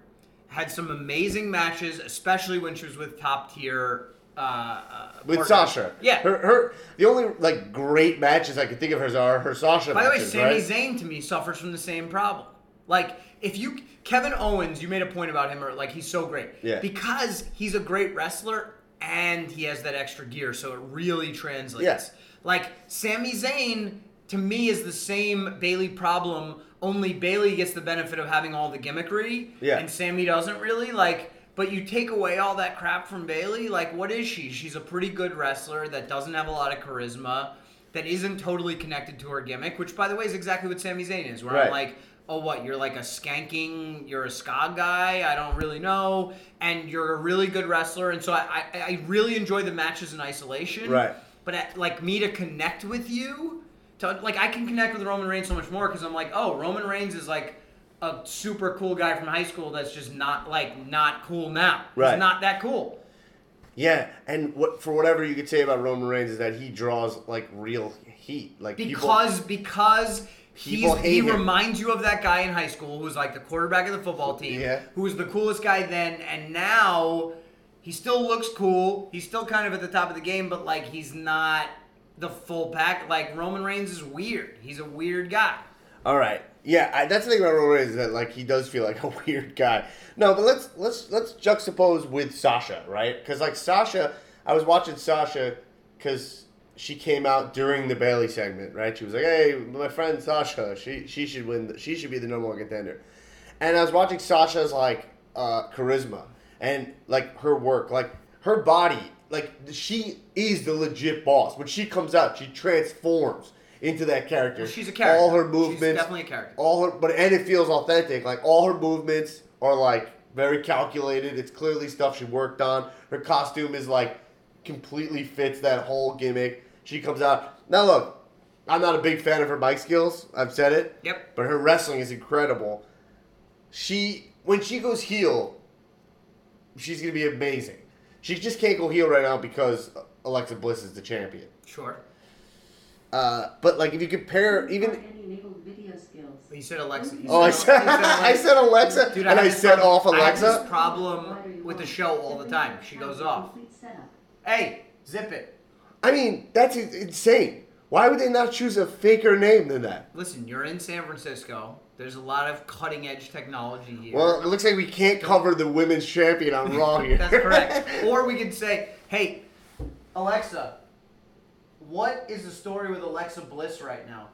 had some amazing matches, especially when she was with top tier. Uh, uh,
With
partners.
Sasha,
yeah.
her, her the only like great matches I can think of hers are her Sasha.
By the way,
matches,
Sami
right?
Zayn to me suffers from the same problem. Like if you Kevin Owens, you made a point about him, or like he's so great,
Yeah.
because he's a great wrestler and he has that extra gear, so it really translates.
Yes.
Like Sami Zayn to me is the same Bailey problem. Only Bailey gets the benefit of having all the gimmickry,
Yeah.
and Sammy doesn't really like. But you take away all that crap from Bailey, like what is she? She's a pretty good wrestler that doesn't have a lot of charisma, that isn't totally connected to her gimmick, which by the way is exactly what Sami Zayn is. Where
Right.
I'm like, oh what? You're like a skanking, you're a ska guy. I don't really know, and you're a really good wrestler, and so I I, I really enjoy the matches in isolation.
Right.
But at, like me to connect with you, to like I can connect with Roman Reigns so much more because I'm like, oh, Roman Reigns is like a super cool guy from high school that's just not like not cool now.
Right.
He's not that cool.
Yeah, and what for whatever you could say about Roman Reigns is that he draws like real heat, like people-
Because because
People
he's,
hate
he
him.
reminds you of that guy in high school who's like the quarterback of the football team,
Yeah.
who was the coolest guy then, and now he still looks cool. He's still kind of at the top of the game, but like he's not the full pack. Like Roman Reigns is weird. He's a weird guy.
All right. Yeah, I, that's the thing about Roman Reigns is that like he does feel like a [laughs] weird guy. No, but let's let's let's juxtapose with Sasha, right? Because like Sasha, I was watching Sasha because she came out during the Bailey segment, right? She was like, "Hey, my friend Sasha, she she should win. The, she should be the number one contender." And I was watching Sasha's like uh, charisma and like her work, like her body, like she is the legit boss. When she comes out, she transforms. into that character.
Well, she's a character.
All her
She's
movements,
definitely a character.
All her, but and it feels authentic. Like all her movements are like very calculated. It's clearly stuff she worked on. Her costume is like completely fits that whole gimmick. She comes out now. Look, I'm not a big fan of her bike skills. I've said it.
Yep.
But her wrestling is incredible. She when she goes heel, she's gonna be amazing. She just can't go heel right now because Alexa Bliss is the champion.
Sure.
Uh, but like if you compare even
But You said Alexa. You
oh I said
you
[laughs] I
Alexa.
said Alexa
Dude, I
and
have
I
this
said
problem-
off
I have this
Alexa.
problem with the show all the time. She goes off. Hey, zip it.
I mean that's in- insane. Why would they not choose a faker name than that?
Listen, you're in San Francisco. There's a lot of cutting edge technology here.
Well, it looks like we can't cover the women's champion on
[laughs]
Raw here.
That's
[laughs]
correct. or we could say, hey, Alexa, what is the story with Alexa Bliss right now?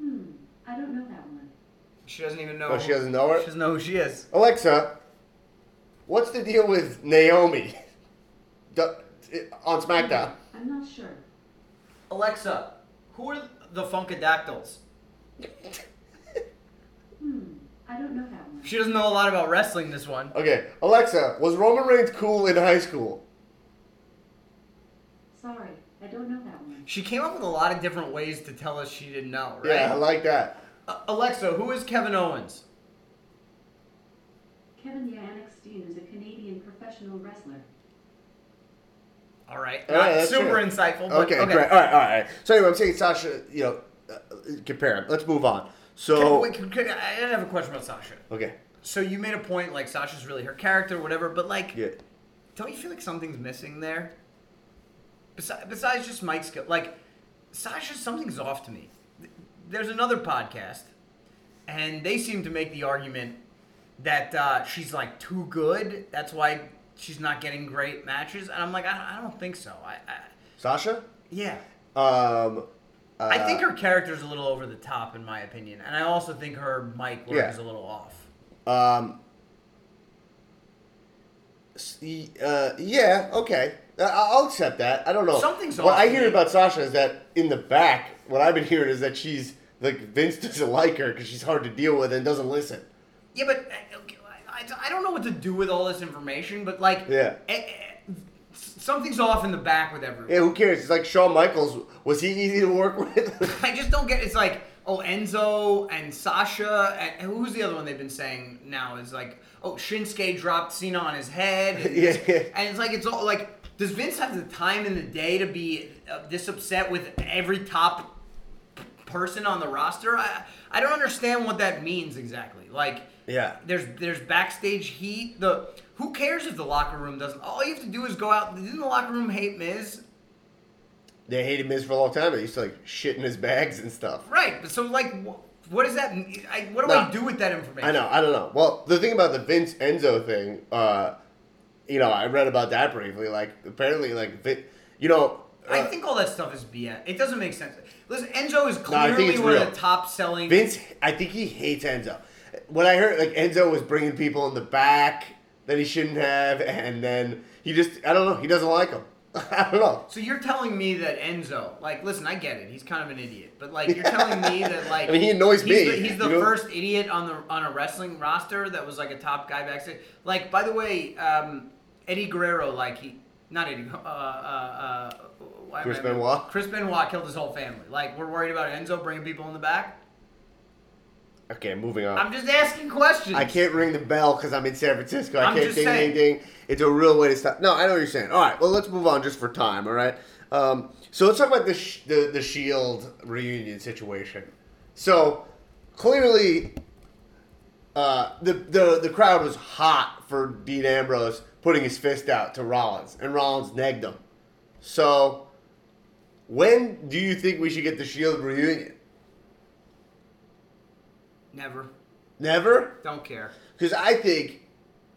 Hmm, I don't know that one.
She doesn't even know.
Oh, she doesn't know her?
She doesn't know who she is.
Alexa, what's the deal with Naomi Du- on SmackDown?
I'm not sure.
Alexa, who are the Funkadactyls?
Hmm, I don't know that one.
She doesn't know a lot about wrestling, this one.
Okay, Alexa, was Roman Reigns cool in high school?
Sorry, I don't know that one.
She came up with a lot of different ways to tell us she didn't know, right?
Yeah, I like that.
A- Alexa, who is Kevin Owens?
Kevin Yannick-Steen is a Canadian professional wrestler.
All right.
All right,
Not
that's
super
true.
insightful, but
Okay,
okay.
great. All right, all right, all right. So anyway, I'm saying Sasha, you know, uh, compare them. Let's move on.
Can-
So
wait, can- can- I I have a question about Sasha.
okay,
So you made a point, like Sasha's really her character, whatever. But like,
yeah.
don't you feel like something's missing there? Besides, besides just Mike's skill, like Sasha, something's off to me. Th- There's another podcast, and they seem to make the argument that uh, she's like too good. That's why she's not getting great matches. And I'm like, I, I don't think so. I, I
Sasha,
yeah.
um, uh,
I think her character's a little over the top, in my opinion, and I also think her mic work
Yeah.
is a little off.
Um, s- y- uh, yeah, okay. Uh, I- I'll accept that. I don't know.
Something's
What
off
I
to
hear
me.
about Sasha is that in the back, what I've been hearing is that she's like Vince [laughs] doesn't like her because she's hard to deal with and doesn't listen.
Yeah, but uh, okay, I, I don't know what to do with all this information, but like,
Yeah.
eh, eh, something's off in the back with everyone.
Yeah, who cares? It's like Shawn Michaels. Was he easy to work [laughs] with?
I just don't get. It's like, oh, Enzo and Sasha, and and who's the other one they've been saying now is like, oh, Shinsuke dropped Cena on
[laughs]
his head. And,
Yeah.
and it's like it's all like, does Vince have the time in the day to be uh, this upset with every top p- person on the roster? I I don't understand what that means exactly. Like,
Yeah.
there's there's backstage heat. The who cares if the locker room doesn't? All you have to do is go out. Didn't the locker room hate Miz?
they hated Miz for a long time. They used to like shit in his bags and stuff.
Right. But so like, wh- what does that? mean? I, what do
No.
I do with that information?
I know. I don't know. Well, the thing about the Vince Enzo thing, uh, you know, I read about that briefly. Like, apparently, like, Vin, you know,
I
uh,
think all that stuff is BS. It doesn't make sense. Listen, Enzo is
I think
clearly
it's
one
real.
of the top selling.
Vince, I think he hates Enzo. When I heard like Enzo was bringing people in the back that he shouldn't have, and then he just, I don't know, he doesn't like him. [laughs] I don't know.
So you're telling me that Enzo, like, listen, I get it. He's kind of an idiot, but like,
[laughs]
you're telling me that like,
I mean, he annoys
he's
me,
The, he's the
you know?
first idiot on the on a wrestling roster that was like a top guy backstage. Like, by the way, um, Eddie Guerrero, like he, not Eddie, uh, uh, uh, why am
Chris
I-
Benoit?
Chris Benoit killed his whole family. Like, we're worried about Enzo bringing people in the back.
Okay, moving on.
I'm just asking questions.
I can't ring the bell because I'm in San Francisco. I
I'm
can't
just
ding,
saying.
ding, ding. It's a real way to stop. No, I know what you're saying. All right, well, let's move on just for time. All right. Um, so let's talk about the, sh- the the Shield E reunion situation. So clearly, uh, the the the crowd was hot for Dean Ambrose putting his fist out to Rollins, and Rollins negged him. So when do you think we should get the Shield E reunion?
Never.
Never.
Don't care.
Because I think,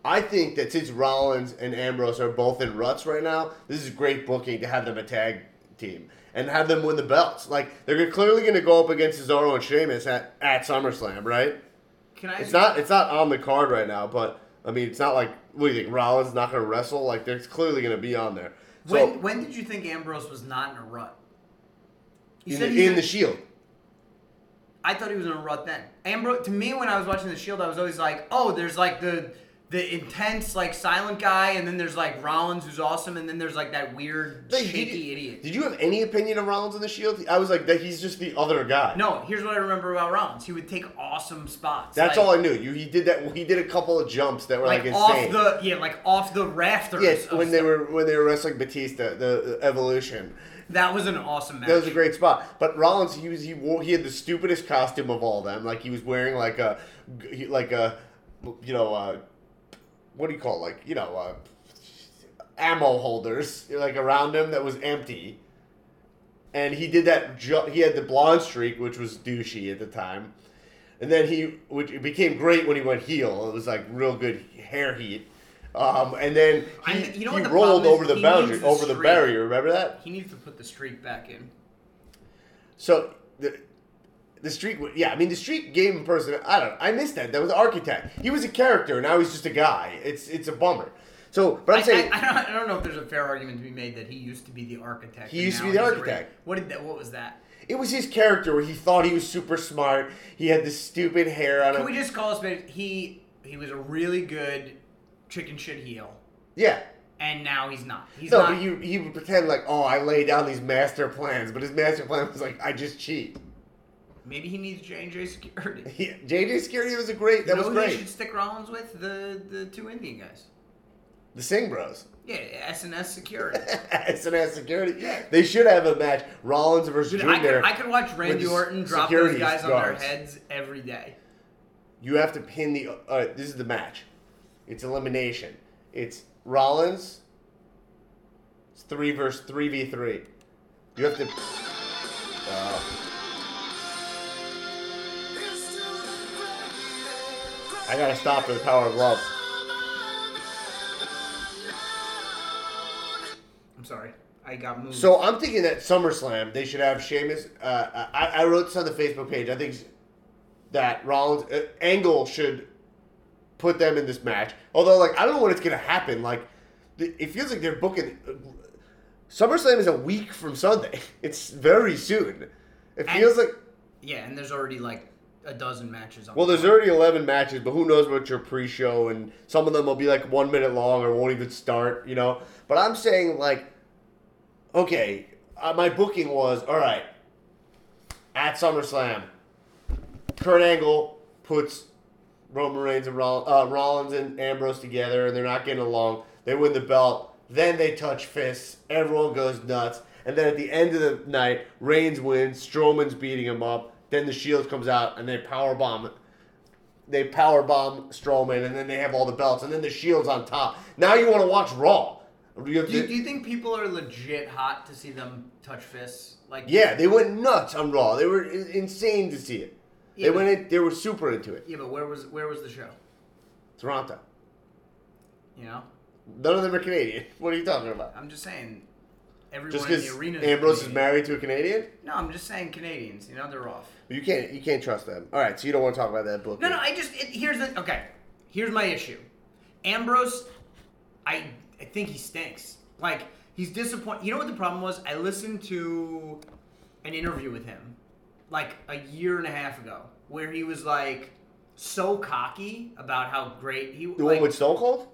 I think that since Rollins and Ambrose are both in ruts right now, this is great booking to have them a tag team and have them win the belts. Like they're clearly going to go up against Cesaro and Sheamus at, at SummerSlam, right?
Can I?
It's not it's not on the card right now, but I mean, it's not like what do you think Rollins not going to wrestle? Like they're clearly going to be on there. So
when when did you think Ambrose was not in a rut? He
in,
said
the,
he's
in
a-
the Shield.
I thought he was in a rut then. Ambrose, to me, when I was watching The Shield, I was always like, oh, there's like the the intense, like silent guy, and then there's like Rollins, who's awesome, and then there's like that weird,
Like,
shaky
did you,
idiot.
Did you have any opinion of Rollins in the Shield? I was like, that he's just the other guy.
no, here's what I remember about Rollins. He would take awesome spots.
that's
like,
all I knew. You, he did that. He did a couple of jumps that were like,
Like,
insane.
off the yeah, like off the rafters.
yes,
of
when they were when they were wrestling Batista, the, the Evolution.
That was an awesome match.
That was a great spot. But Rollins, he was he wore he had the stupidest costume of all them. Like he was wearing like a he- like a you know uh, what do you call it? like you know uh, ammo holders like around him that was empty. And he did that. Ju- he had the blonde streak, which was douchey at the time. And then he, which it became great when he went heel. It was like real good hair heat. Um, and then he,
I kn- you know
he
what the
rolled
problem is?
over the
He
boundary,
needs the
over the
streak.
barrier. Remember that?
He needs to put the streak back in.
So the the street, yeah, I mean the street game person. I don't, I missed that. That was architect. He was a character, and now he's just a guy. It's it's a bummer. So, but
I,
I'm saying
I, I, don't, I don't know if there's a fair argument to be made that he used to be the architect.
He
and
used to
now
be the
he's a
architect.
re- what did that? What was that?
it was his character where he thought he was super smart. He had this stupid hair on
Can
him.
we just call this? He he was a really good chicken shit heel,
yeah.
and now he's not. He's
No,
not.
but you he would pretend like, oh, I lay down these master plans, but his master plan was like, I just cheat.
maybe he needs J and
[laughs]
J security.
He, JJ Security was a great. That
you
was
know who they
great.
should stick Rollins with the the two Indian guys.
The Singh Bros. [laughs]
Yeah, S and S security.
SNS Security. They should have a match. Rollins versus
Dude,
Jr.
I could I could watch Randy
the
Orton drop
security
those guys on their
guards.
heads every day.
You have to pin the. uh, All right, this is the match. It's elimination. It's Rollins. It's three versus three v three. You have to. Uh, I gotta stop for the power of love.
I'm sorry, I got moved.
So I'm thinking that SummerSlam they should have Sheamus. Uh, I, I wrote this on the Facebook page. I think that Rollins uh, Angle should put them in this match. Although, like, I don't know when it's gonna happen. Like, th- it feels like they're booking. SummerSlam is a week from Sunday. [laughs] It's very soon. It
And-
feels like
yeah, and there's already like a dozen matches on.
well,
the
there's
card.
already 11 matches, but who knows what your pre-show and some of them will be like one minute long or won't even start, you know. But I'm saying like, okay, uh, my booking was all right. At SummerSlam, Kurt Angle puts Roman Reigns and Roll- uh, Rollins and Ambrose together, and they're not getting along. They win the belt. Then they touch fists. Everyone goes nuts. And then at the end of the night, Reigns wins. Strowman's beating him up. Then the Shield comes out, and they power bomb. They power bomb Strowman, and then they have all the belts, and then the Shield's on top. Now you want to watch Raw? You have
Do,
to-
do you think people are legit hot to see them touch fists? Like
yeah, they went nuts on Raw. They were in- insane to see it.
Yeah,
they
but-
went. In, they were super into it.
yeah, but where was where was the show?
Toronto.
You know,
None of them are Canadian. [laughs] What are you talking about?
I'm just saying. Everyone
Just
in
because
the arena.
Ambrose is
Canadian.
married to a Canadian,
No, I'm just saying Canadians. You know, they're off.
you can't you can't trust them. All right, so you don't want to talk about that book.
No, no. I just it, here's the okay. Here's my issue. Ambrose, I I think he stinks. Like he's disappointed. You know what the problem was? I listened to an interview with him like a year and a half ago where he was like so cocky about how great he
the
like,
one with Stone Cold.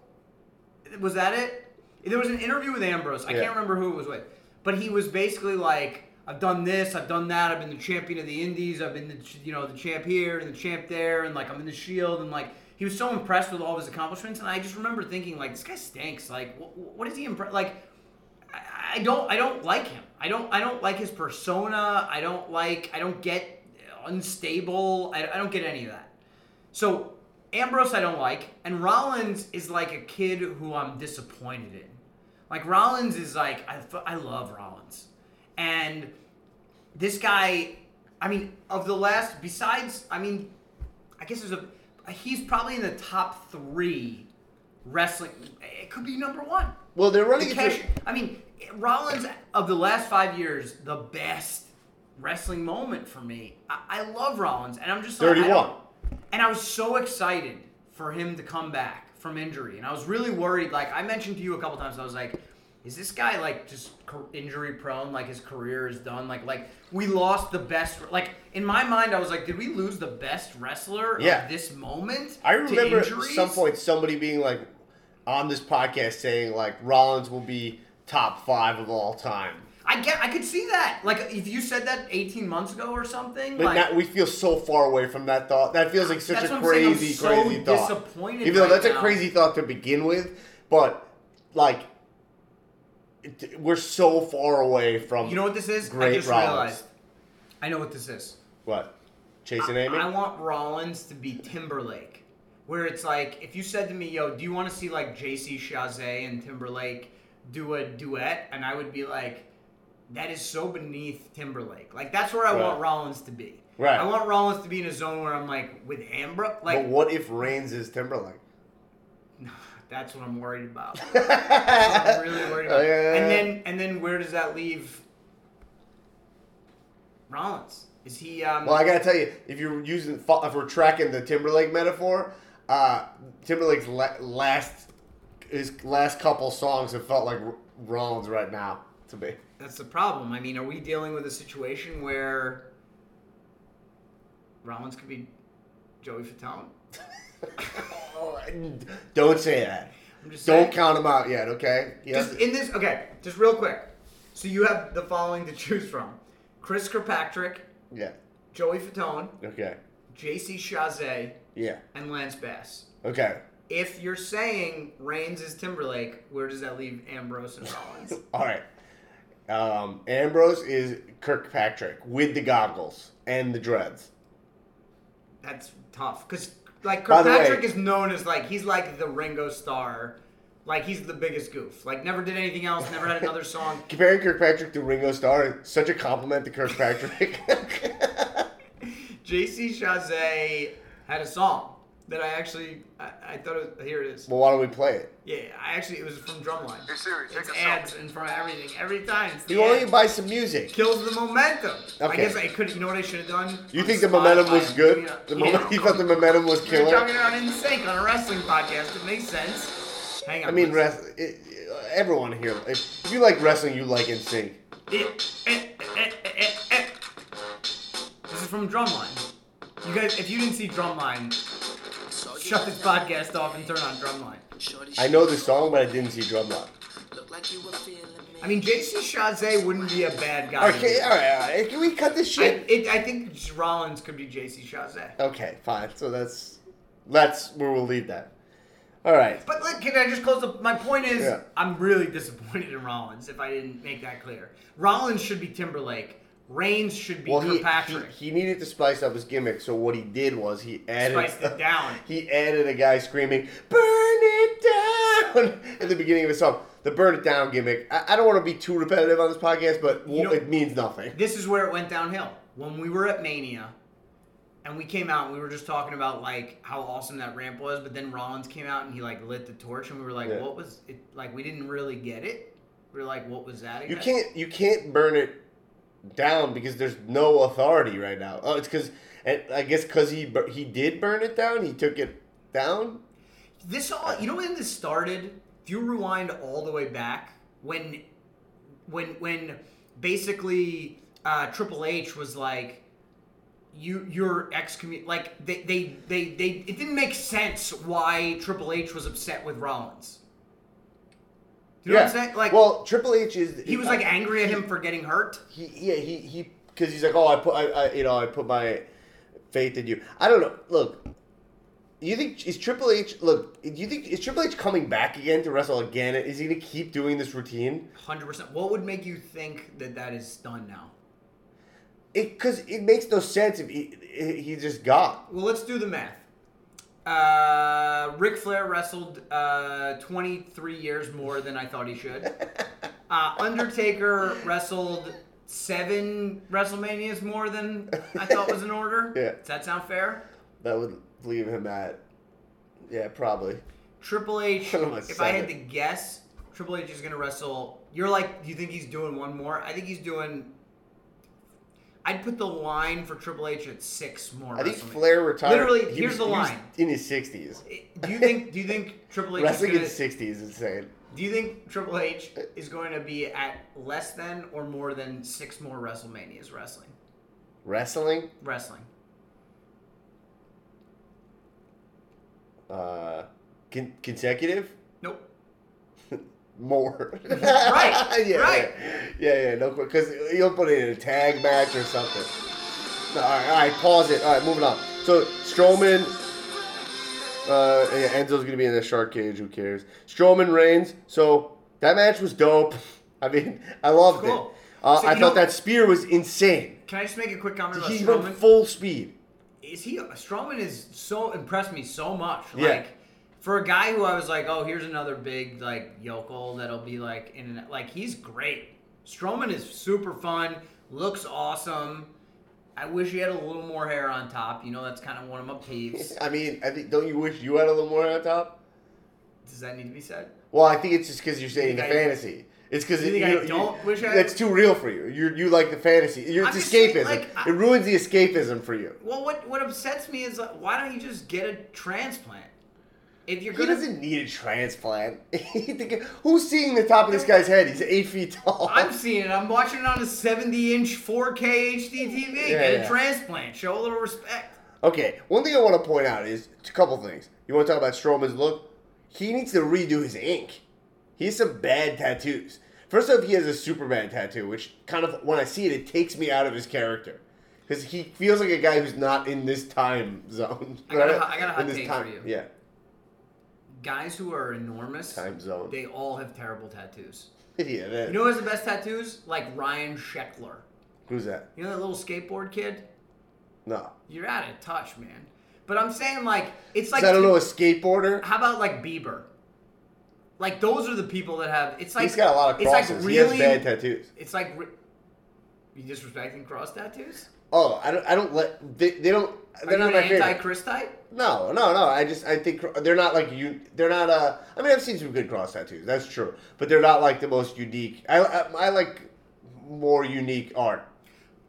was that it? There was an interview with Ambrose. I
Yeah.
can't remember who it was with, but he was basically like, "I've done this, I've done that, I've been the champion of the Indies, I've been the ch- you know the champ here and the champ there, and like I'm in the Shield, and like he was so impressed with all of his accomplishments, and I just remember thinking like, this guy stinks. Like, wh- wh- what is he impressed? Like, I, I don't, I don't like him. I don't, I don't like his persona. I don't like, I don't get unstable. I, I don't get any of that. So Ambrose, I don't like, and Rollins is like a kid who I'm disappointed in. Like Rollins is like I, f- I love Rollins, and this guy, I mean, of the last besides, I mean, I guess there's a he's probably in the top three wrestling. It could be number one.
Well, they're running
The
into
cash- I mean, Rollins of the last five years, the best wrestling moment for me. I, I love Rollins, and I'm just like, I don't-
31.
and I was so excited for him to come back from injury, and I was really worried. Like I mentioned to you a couple times, I was like, is this guy like just car- injury prone? Like his career is done. Like like we lost the best. Like in my mind, I was like, did we lose the best wrestler
Yeah.
of this moment?
I
to
remember at
injuries?
some point somebody being like on this podcast saying like Rollins will be top five of all time.
I get. I could see that. Like if you said that 18 months ago or something.
But
like,
now we feel so far away from that thought. That feels like such
That's
a
what I'm saying. I'm
crazy,
so
crazy thought.
disappointed
Even though
right
that's a
now.
crazy thought to begin with, but like it- we're so far away from.
you know what this is?
Great
I just
Rollins.
realized. I know what this is.
What? Chasing Amy?
I want Rollins to be Timberlake, where it's like if you said to me, "Yo, do you want to see like J.C. Chazé and Timberlake do a duet?" and I would be like, "That is so beneath Timberlake." Like that's where I
Right.
want Rollins to be.
Right.
I want Rollins to be in a zone where I'm like with him, bro.
but
Like
what if Reigns is Timberlake?
[laughs] that's what I'm worried about. [laughs] That's what I'm really worried
[laughs]
about.
Oh, yeah, yeah,
And
yeah.
then and then where does that leave Rollins? Is he? Um,
Well, I gotta tell you, if you're using, if we're tracking the Timberlake metaphor, uh, Timberlake's la- last his last couple songs have felt like R- Rollins right now to me. [laughs]
That's the problem. I mean, are we dealing with a situation where Rollins could be Joey Fatone?
Don't say that.
I'm just
Don't
saying.
count him out yet, okay? He
Just
has-
in this, okay, just real quick. So you have the following to choose from: Chris Kirkpatrick,
yeah.
Joey Fatone,
Okay.
J.C. Chazé,
Yeah.
and Lance Bass.
Okay.
If you're saying Reigns is Timberlake, where does that leave Ambrose and Rollins?
All right. Um, Ambrose is Kirkpatrick with the goggles and the dreads.
That's tough because like
By the way-
Kirkpatrick is known as like he's like the Ringo Starr, like he's the biggest goof. Like never did anything else, never
[laughs]
had another song.
Comparing Kirkpatrick to Ringo Starr is such a compliment to Kirkpatrick. [laughs]
J.C. Chazé had a song that I actually I, I thought it was, here it is.
well, why don't we play it?
Yeah, I actually it was from Drumline.
Hey, Siri, take
it's
us
ads in front of everything every time. It's the
You want me
ads.
to buy some music?
Kills the momentum. I
Okay.
guess I could. You know what I should have done?
You
On
think the momentum
Spotify,
was good?
yeah.
The
Yeah.
moment you thought the momentum was
We We're talking
killer.
about in sync on a wrestling podcast. It makes sense. Hang on.
I mean,
let's-
rest, it, everyone here. If, if you like wrestling, you like NSYNC.
Eh, eh, eh, eh, eh, eh. This is from Drumline. You guys, if you didn't see Drumline, shut this podcast off and turn on Drumline.
I know the song, but I didn't see Drumline.
I mean, JC Chazé wouldn't be a bad guy.
Okay, all right, all right. Can we cut this
I,
shit?
it, I think Rollins could be JC Chazé.
Okay, fine. So that's that's where we'll leave that. All right.
But look, can I just close up? My point is,
Yeah.
I'm really disappointed in Rollins if I didn't make that clear. Rollins should be Timberlake. Reigns should be
Well, he,
Kirkpatrick.
he he needed to spice up his gimmick, so what he did was he added [laughs]
Spiced it down.
He added a guy screaming "Burn it down" [laughs] at the beginning of his song. The "Burn it down" gimmick. I, I don't want to be too repetitive on this podcast, but
You know-
it means nothing.
this is where it went downhill. When we were at Mania and we came out, we were just talking about like how awesome that ramp was, but then Rollins came out and he like lit the torch and we were like,
Yeah.
what was it like we didn't really get it. We were like, what was that
You
again?
can't you can't burn it down because there's no authority right now. Oh, it's because I guess because he bur- he did burn it down. He took it down.
This all you know when this started, if you rewind all the way back, when when when basically uh, Triple H was like you you're excommun like they, they they they it didn't make sense why Triple H was upset with Rollins. Do you know what I'm saying? Like
well, Triple H is
he was like angry at him for getting hurt.
he yeah he he because he's like oh I put I, I you know I put my faith in you I don't know look you think is Triple H look do you think is Triple H coming back again to wrestle again is he gonna keep doing this routine
Hundred percent. What would make you think that that is done now?
it because it makes no sense if he he just got
Well, let's do the math. Uh, Ric Flair wrestled uh, 23 years more than I thought
[laughs]
he should. Uh, Undertaker wrestled seven WrestleManias more than I thought was in order.
[laughs] Yeah.
Does that sound fair?
that would leave him at yeah probably
Triple H,
Put him at
if I had to
seven.
guess, Triple H is going to wrestle. You're like, do you think he's doing one more? I think he's doing. I'd put the line for Triple H at six more.
I think
WrestleManias.
Flair retired
Literally,
he was-
here's the
he was
line.
in his sixties
Do you Eh, think? Do you think Triple H is
wrestling in
gonna,
his sixties is insane
Do you think Triple H is going to be at less than or more than six more WrestleManias wrestling?
Wrestling?
Wrestling.
Uh, con- consecutive?
Nope.
More.
Right,
[laughs] yeah,
right.
Yeah, yeah, yeah no, because you'll put it in a tag match or something. No, all right, all right, pause it. All right, moving on. So Strowman, uh, yeah, Enzo's gonna be in the shark cage. Who cares? Strowman Reigns. So that match was dope. [laughs] I mean, I loved
Cool.
it. Uh,
So
I
you
thought
know-
that spear was insane.
Can I just make a quick comment about
He
Strowman?
went full speed.
is he Strowman is so impressed me so much. Like
Yeah.
for a guy who I was like, oh, here's another big like yokel that'll be like in and like he's great. Strowman is super fun, looks awesome. I wish he had a little more hair on top. You know, that's kind of one of my
[laughs]
peeves.
I mean, I think don't you wish you had a little more on top?
Does that need to be said?
Well, I think it's just because you're saying
think
the
I-
fantasy. It's because
You think I don't wish I-
That's too real for you. You you like the fantasy. You're, it's
I'm just saying,
escapism.
like, I-
it ruins the escapism for you.
Well, what what upsets me is like, why don't you just get a transplant? If you're
He
gonna,
doesn't need a transplant. [laughs] He think- Who's seeing the top of this guy's head? He's eight feet tall.
I'm seeing it. I'm watching it on a 70 inch 4K HD TV.
Yeah,
get a
yeah.
transplant. Show a little respect.
Okay, one thing I want to point out is a couple things. You want to talk about Strowman's look? He needs to redo his ink. He has some bad tattoos. First off, he has a Superman tattoo, which kind of, when I see it, it takes me out of his character. Because he feels like a guy who's not in this time [laughs] zone.
I got a
right?
hot- I got a hot
In this
take
time,
for you.
Yeah, [laughs]
guys who are enormous,
time zone.
they all have terrible tattoos.
yeah, that,
You know who has the best tattoos? Like Ryan Scheckler.
who's that?
You know that little skateboard kid?
No.
You're out of touch, man. But I'm saying like it's like
Is that a little skateboarder?
how about like Bieber? Like those are the people that have it's like
He's got a lot of crosses.
It's like
He has
really
bad tattoos.
it's like re- you disrespecting cross tattoos?
Oh, I don't, I don't let, they, they don't,
Are
they're
you
not
an
my favorite.
anti-Chris type?
No, no, no. I just I think they're not like you. They're not. Uh, I mean, I've seen some good cross tattoos. That's true, but they're not like the most unique. I I, I like more unique art.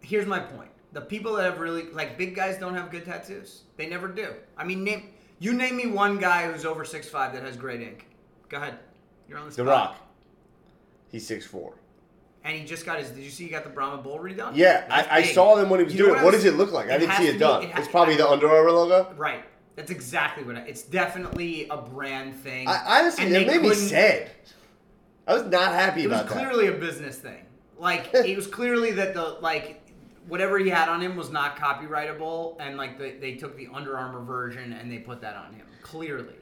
here's my point. The people that have really like big guys don't have good tattoos. They never do. I mean, name you name me one guy who's over six five that has great ink. Go ahead. You're on the
The
spot.
Rock. He's six four.
And he just got his. Did you see he got the Brahma Bull redone?
Yeah,
That's
I, I
big.
saw them when he was
You know
doing it.
I'm
What does
saying?
it look like? I didn't
has
see
to
it
be-
done.
ha-
it's probably the Under Armour logo.
Right. That's exactly what I, it's definitely a brand thing.
I, honestly,
And
it
they
made me
couldn't-
sad. I was not happy
It was
about that.
clearly a business thing. Like it was clearly that the like whatever he had on him was not copyrightable, and like the, they took the Under Armour version and they put that on him. Clearly.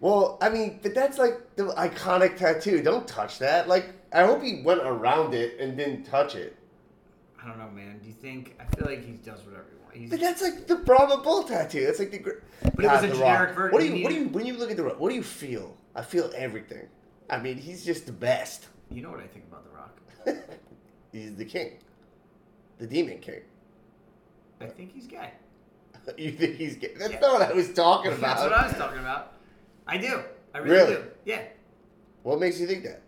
Well, I mean, but that's like the iconic tattoo. Don't touch that. Like, I hope he went around it and didn't touch it.
I don't know, man. Do you think? I feel like he does whatever he wants. He's,
But that's like the Brahma Bull tattoo. That's like the. Gr-
But it was
God,
a
The
generic
Rock.
version.
What do
You
you? What do
need-
you? When you look at the Rock, what do you feel? I feel everything. I mean, he's just the best. [laughs]
you know what I think about The Rock?
He's the king, the demon king. [laughs]
I think he's gay.
You think he's? Gay? That's
Yeah.
not what I was talking about.
That's what I was talking about. I do. I really,
Really?
do. Yeah.
[laughs] What makes you think that?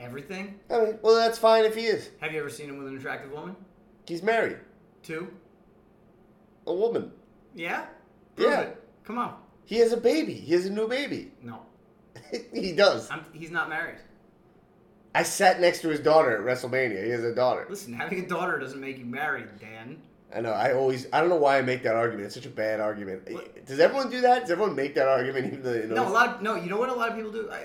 Everything.
I mean, well, that's fine if he is.
Have you ever seen him with an attractive woman?
He's married,
Two.
a woman.
Yeah. Prove
Yeah.
It. Come on.
He has a baby. He has a new baby. [laughs]
No.
he does.
I'm, he's not married.
I sat next to his daughter at WrestleMania. He has a daughter.
Listen, having a daughter doesn't make you married, Dan.
I know. I always. I don't know why I make that argument. It's such a bad argument.
What?
Does everyone do that? Does everyone make that argument? Even though they know
No, a
it's-
lot of no. You know what a lot of people do? I,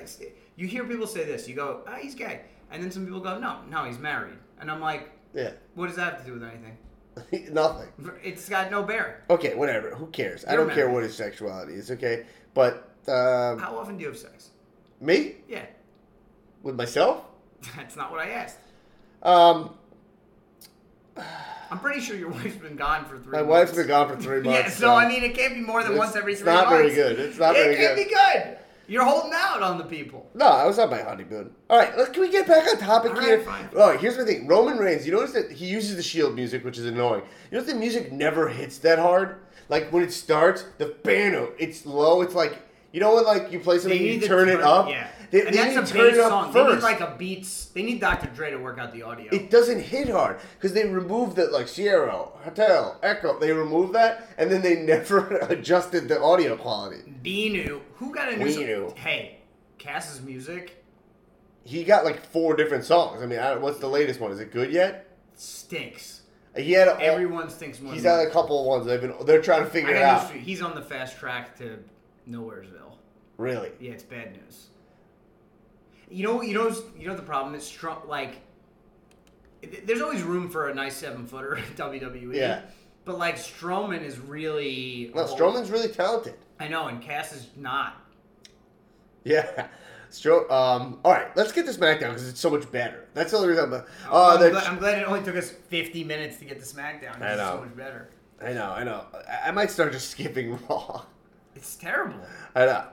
you hear people say this. You go, ah, he's gay, and then some people go, no, no, he's married, and I'm like,
Yeah. [laughs]
what does that have to do with anything? [laughs]
Nothing.
It's got no bearing.
Okay, whatever. Who cares? I
You're
don't care
married.
what his sexuality is. Okay, but um,
How often do you have sex?
me
Yeah, [laughs]
with myself.
that's not what I asked.
Um,
I'm pretty sure your [laughs] wife's been gone for three.
my
months.
wife's been gone for three months.
[laughs] Yeah, so I mean, it can't be more than
It's-
once every
it's
three
not very
months.
good. It's not
it
very
can't
good.
be good. You're holding out on the people.
No, I was on my honeymoon. All right, let's, can we get back on topic
All right,
here?
fine.
All right, here's my thing. Roman Reigns, you notice that he uses the shield music, which is annoying. You notice the music never hits that hard. Like when it starts, the banner, it's low. It's like you know when like you play something,
They
and you
need to
turn, it up.
Yeah,
They,
and
they
that's
need
a
to turn
bass
it up
song.
first.
They need like a beats. They need Dr. Dre to work out the audio.
it doesn't hit hard because they removed it like Sierra, Hotel, Echo. They removed that and then they [laughs] never adjusted the audio quality.
Beanu, who got a new?
Beanu.
Hey, Cass's music.
he got like four different songs. I mean, I, don't- what's the latest one? Is it good yet?
Stinks.
He had a,
Everyone stinks more.
He's
than
had a couple of ones. They've been. They're trying to
I
figure it
know
out.
he's- he's on the fast track to Nowheresville.
Really.
Yeah, it's bad news. You know, you know, you know the problem is Trump. Like, th- there's always room for a nice seven footer in [laughs] WWE.
Yeah.
But like Strowman is really.
No, Strowman's really talented. [laughs]
I know, and Cass is not.
Yeah. Stro- um, all right, let's get this back down because it's so much better. That's the only reason. I'm, uh,
I'm,
the-
glad, I'm glad it only took us 50 minutes to get to SmackDown.
I
It's
know.
so much better.
I know, I know. I, I might start just [laughs] skipping Raw.
It's terrible.
I know.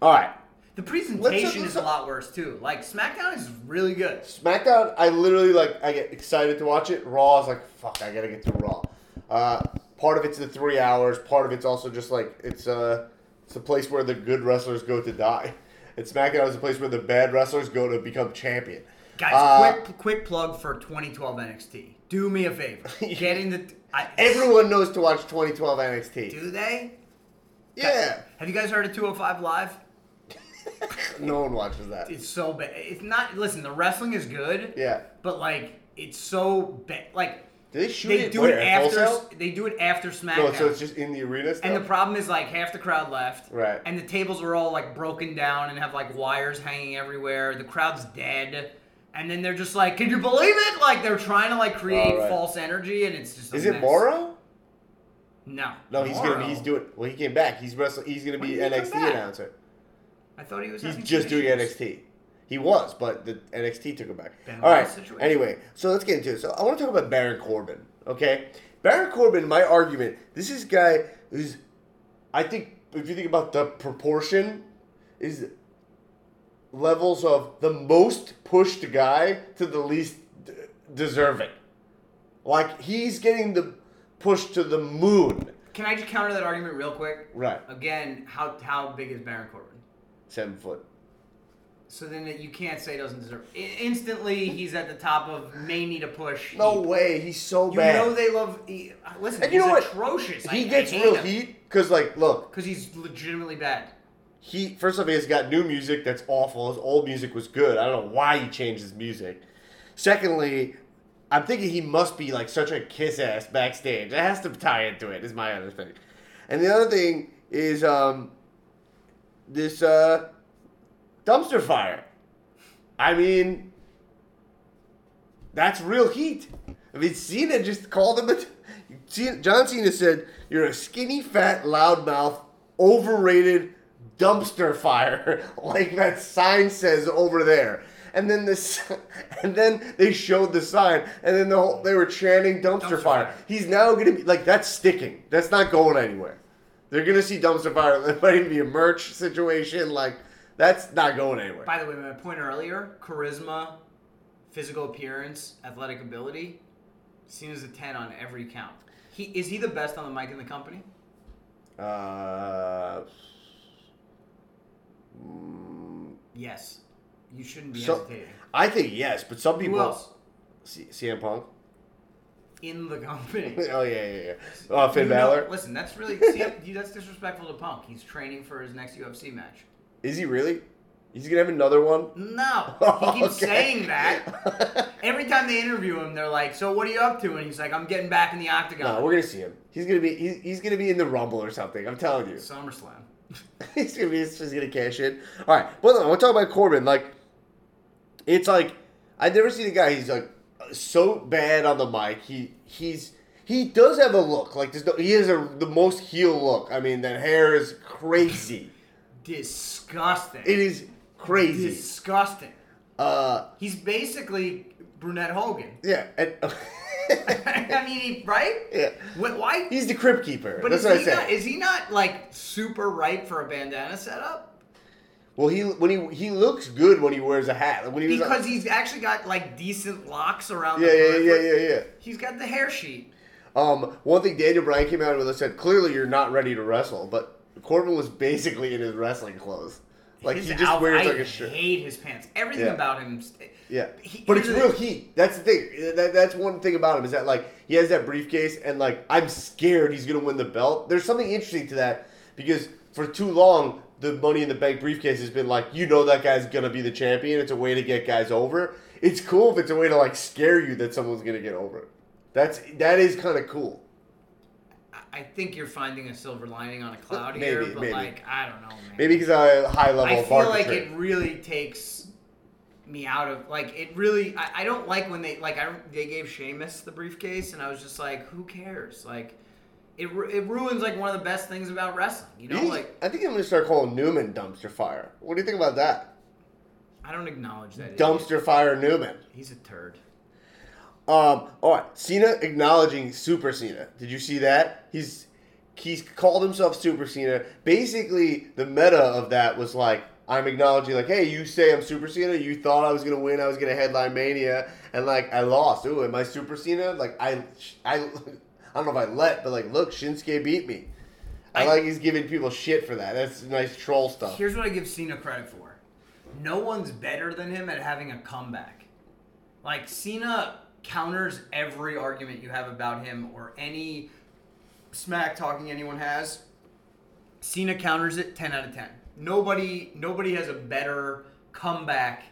All right,
The presentation
let's-
is a lot worse too. Like SmackDown is really good.
SmackDown. I literally like. I get excited to watch it. Raw is like, fuck. I gotta get to Raw. Uh, part of it's the three hours. Part of it's also just like it's uh, it's a place where the good wrestlers go to die. And SmackDown is a place where the bad wrestlers go to become champion.
Guys,
Uh,
quick quick plug for 2012 NXT. Do me
[laughs]
a favor. Get into I,
Everyone knows to watch 2012 NXT.
Do they?
yeah.
Have you guys heard of 205 Live?
No one watches that.
It's so bad. It's not. Listen, the wrestling is good.
Yeah.
But like, it's so bad. Like
Do they shoot
they
it?
do
where,
it
at Full
after.
Sail?
They do it after SmackDown.
No, so it's just in the arena. Stuff?
And the problem is like half the crowd left.
Right.
And the tables are all like broken down and have like wires hanging everywhere. The crowd's dead. And then they're just like, "Can you believe it?" Like they're trying to like create
All right.
false energy, and it's just. a
is it
mess.
Morrow?
No.
No, he's gonna
Morrow?
be. He's doing. Well, he came back. He's wrestling. He's gonna
When
be
did he come
NXT
back?
announcer.
I thought he was.
He's
having
just
some
doing
issues.
NXT. He was, but the NXT took him back.
Been
All
a
right.
wild situation.
Anyway, so let's get into it. So I want to talk about Baron Corbin. Okay, Baron Corbin. My argument. This is guy who's. I think if you think about the proportion, is levels of the most pushed guy to the least d- deserving. Like he's getting the push to the moon.
Can I just counter that argument real quick?
Right.
Again, how how big is Baron Corbin?
Seven foot.
So then that you can't say doesn't deserve. I- instantly, he's at the top of may need a push.
No
He-
way. He's so
You
bad.
know they love. He, listen,
And
he's
you know what?
atrocious.
He gets real heat because, like, look,
because he's legitimately bad.
he first off he's got new music that's awful. His old music was good. I don't know why he changed his music. Secondly, I'm thinking he must be like such a kiss ass backstage. That has to tie into it. Is my other thing. And the other thing is um, this uh, dumpster fire. I mean, that's real heat. I mean, Cena just called him a. Cena- John Cena said, "You're a skinny, fat, loudmouth, overrated dumpster fire," [laughs] like that sign says over there. And then this, [laughs] and then they showed the sign, and then the whole, they were chanting dumpster,
Dumpster
fire.
fire.
He's now gonna be like that's sticking. That's not going anywhere. They're gonna see dumpster fire. [laughs] There might even be a merch situation. Like that's not going anywhere.
By the way, my point earlier: charisma, physical appearance, athletic ability. Cena's a ten on every count. He is he the best on the mic in the company?
Uh, mm,
Yes. You shouldn't be
so,
hesitating.
I think yes, but some people.
Who else
C- CM Punk. [laughs]
in the company?
oh [laughs] yeah, yeah, yeah. Oh, Finn
You know-
Balor.
listen, that's
[laughs]
really CM, dude, that's disrespectful to Punk. He's training for his next UFC match.
Is he really? He's gonna have another one.
No,
[laughs]
he keeps
Okay.
saying that.
[laughs]
Every time they interview him, they're like, "So what are you up to?" And he's like, "I'm getting back in the octagon."
no, we're gonna see him. He's gonna be. He's, he's gonna be in the Rumble or something. I'm telling you.
SummerSlam. [laughs]
[laughs] he's gonna be he's just gonna cash in. All right, but no, I want to talk about Corbin. Like, it's like I've never seen a guy. He's like so bad on the mic. He he's he does have a look like there's no, he has a, the most heel look. I mean, that hair is crazy.
Disgusting.
It is crazy.
disgusting.
Uh,
He's basically brunette Hogan. [laughs]
yeah, and, [laughs]
I mean, he, right?
Yeah.
Wh- Why?
he's the Crypt Keeper.
but
That's
is
what I
he
said.
not? Is he not like super ripe for a bandana setup?
well, he when he he looks good when he wears a hat. Like, When he was on-
Because he's actually got like decent locks around.
yeah,
the
yeah, yeah,
periphery.
yeah, yeah.
He's got the hair sheet.
Um, one thing Daniel Bryan came out with and said, clearly you're not ready to wrestle, but Corbin was basically in his wrestling clothes. Like
His
he just
outfit-
wears
I
like a shirt.
hate his pants. Everything
Yeah.
about him. st-
Yeah,
He-
but it's
here's the
real
thing.
heat. That's the thing. That, that's one thing about him is that like he has that briefcase, and like I'm scared he's gonna win the belt. There's something interesting to that because for too long the Money in the Bank briefcase has been like, you know, that guy's gonna be the champion. It's a way to get guys over. It's cool if it's a way to like scare you that someone's gonna get over. That's that is kind of cool.
I- I think you're finding a silver lining on a cloud
Maybe,
here, but
maybe.
like I don't know, man.
Maybe because I high level.
I
of
feel like
marketing.
it really takes me out of like it really. I, I don't like when they like I they gave Seamus the briefcase, and I was just like, who cares? Like it ru- it ruins like one of the best things about wrestling. You know,
You think-
like
I think I'm gonna start calling Newman dumpster fire. What do you think about that?
I don't acknowledge that. idiot.
Dumpster fire Newman.
He's a turd.
Um, all right, Cena acknowledging Super Cena. Did you see that? He's he's called himself Super Cena. Basically, the meta of that was like, I'm acknowledging, like, hey, you say I'm Super Cena. You thought I was gonna win. I was gonna headline Mania, and like, I lost. Ooh, am I Super Cena? Like, I, I, [laughs] I don't know if I let, but like, look, Shinsuke beat me. I,
I-
like he's giving people shit for that. That's nice troll stuff.
Here's what I give Cena credit for. No one's better than him at having a comeback. Like Cena counters every argument you have about him or any smack talking anyone has. Cena counters it 10 out of 10. Nobody nobody has a better comeback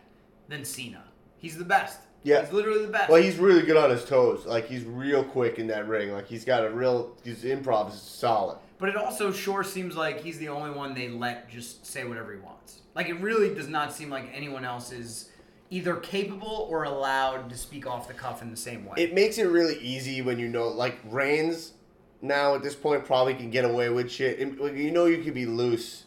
than Cena. He's the best.
Yeah.
He's literally the best.
Well, he's really good on his toes. Like he's real quick in that ring. Like he's got a real his improv is solid.
But it also sure seems like he's the only one they let just say whatever he wants. Like it really does not seem like anyone else is either capable or allowed to speak off the cuff in the same way.
It makes it really easy when you know like Reigns now at this point probably can get away with shit. And, like, you know you could be loose.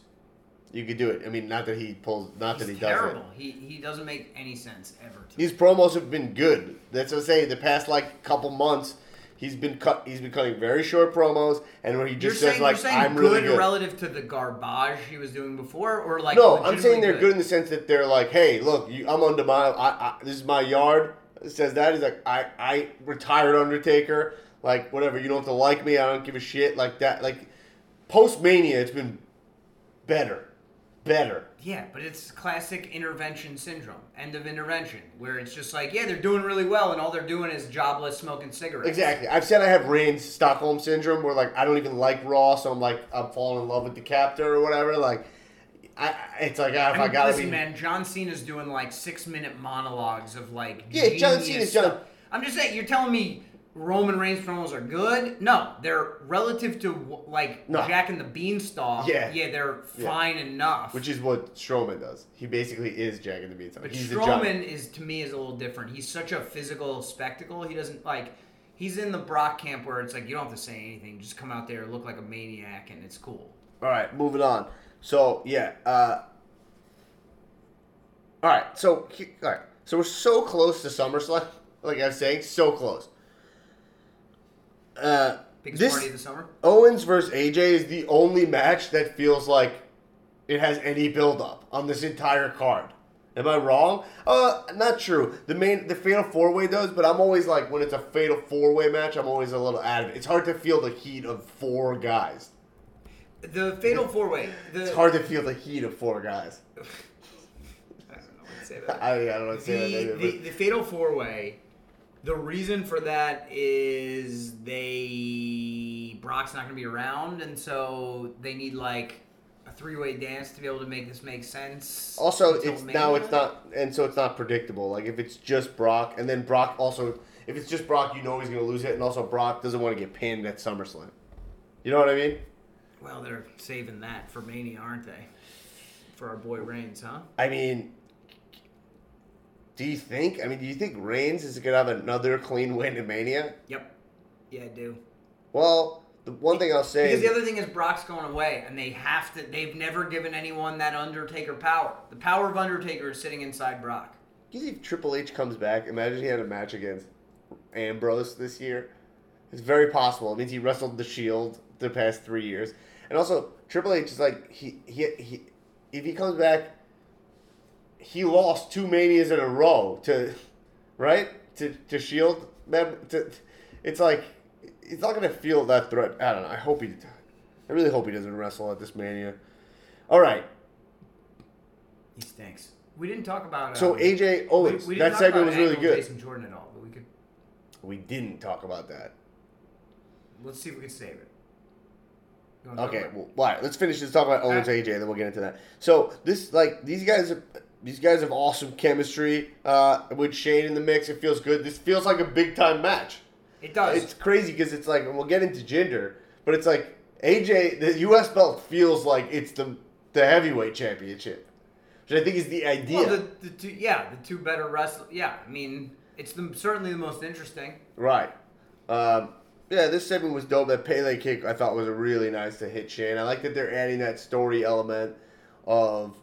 You could do it. I mean, not that he pulls, not
he's
that he does
terrible.
it.
He he doesn't make any sense ever. To me.
These promos have been good. That's what I'm saying. The past like couple months, he's been cut. He's been cutting very short promos, and where he
You're
just
saying
says
you're
like,
saying
"I'm
good
really good."
relative to the garbage he was doing before, or like
No, I'm saying
legitimately
they're good in the sense that they're like, hey, look, you, I'm under my, I, I, this is my yard. It says that he's like, I, I retired Undertaker, like whatever. You don't have to like me. I don't give a shit like that. Like post Mania, it's been better, better.
Yeah, but it's classic intervention syndrome, end of intervention, where it's just like, yeah, they're doing really well, and all they're doing is jobless smoking cigarettes.
Exactly. I've said I have Reigns Stockholm syndrome, where like I don't even like Raw, so I'm like I'm falling in love with the captor or whatever. Like, I, I- it's like ah, if I,
I mean,
gotta
listen,
be
man. John Cena's doing like six minute monologues of like.
Yeah, John
genius
Cena's
stuff.
done-
I'm just saying, you're telling me Roman Reigns promos are good? No, they're relative to like
No.
Jack and the Beanstalk.
Yeah.
yeah, they're
Yeah.
fine enough.
which is what Strowman does. He basically is Jack in the Beanstalk.
but
He's the
Strowman
giant.
is to me is a little different. He's such a physical spectacle. He doesn't like. He's in the Brock camp where it's like you don't have to say anything. Just come out there, look like a maniac, and it's cool.
All right, moving on. So yeah. Uh, all right, so he- all right, so we're so close to SummerSlam. Like I'm saying, so close. Uh,
Biggest
this
party of the summer.
Owens versus AJ is the only match that feels like it has any build up on this entire card. Am I wrong? Uh, not true. The main, the fatal four way does, but I'm always like when it's a fatal four way match, I'm always a little out of it. It's hard to feel the heat of four guys.
The Fatal Four Way.
It's hard to feel the heat of four guys.
I don't know what to say about that.
I, I don't know. what to say
the,
about that
the,
either,
the fatal four way the reason for that is they brock's not going to be around and so they need like a three-way dance to be able to make this make sense
but- Also,
until
it's now
Mania.
it's not, and so it's not predictable. Like if it's just Brock, and then Brock also, if it's just Brock, you know he's gonna lose it, and also Brock doesn't want to get pinned at SummerSlam. You know what I mean?
well they're saving that for mania aren't they for our boy reigns huh
I mean, do you think? I mean, do you think Reigns is gonna have another clean win in Mania?
yep yeah i do
Well, the one thing I'll say
because
is
the other thing is Brock's going away, and they have to. They've never given anyone that Undertaker power. The power of Undertaker is sitting inside Brock.
You think if Triple H comes back? Imagine he had a match against Ambrose this year. It's very possible. It means he wrestled the Shield the past three years, and also Triple H is like he he, he if he comes back, he lost two manias in a row to right to to Shield. mem- To, it's like it's not gonna feel that threat. I don't know. I hope he. I really hope he doesn't wrestle at this mania. All right.
He stinks. We didn't talk about.
So
um,
AJ Owens.
we didn't
that
talk
segment
about
was really
Angle
good.
Jason Jordan at all, but we could
We didn't talk about that.
let's see if we can save it. You wanna talk
Okay,
about-
well, all right, let's finish this talk about Owens AJ, then we'll get into that. So this like these guys are these guys have awesome chemistry uh, with Shane in the mix. It feels good. This feels like a big time match.
It does.
It's crazy because it's like and we'll get into gender, but it's like AJ the U.S. belt feels like it's the the heavyweight championship, which I think is the idea.
well, the, the two, yeah, the two better wrestlers. Yeah, I mean, it's the, certainly the most interesting.
Right. Um, yeah, this segment was dope. That Pele kick I thought was a really nice to hit Shane. I like that they're adding that story element of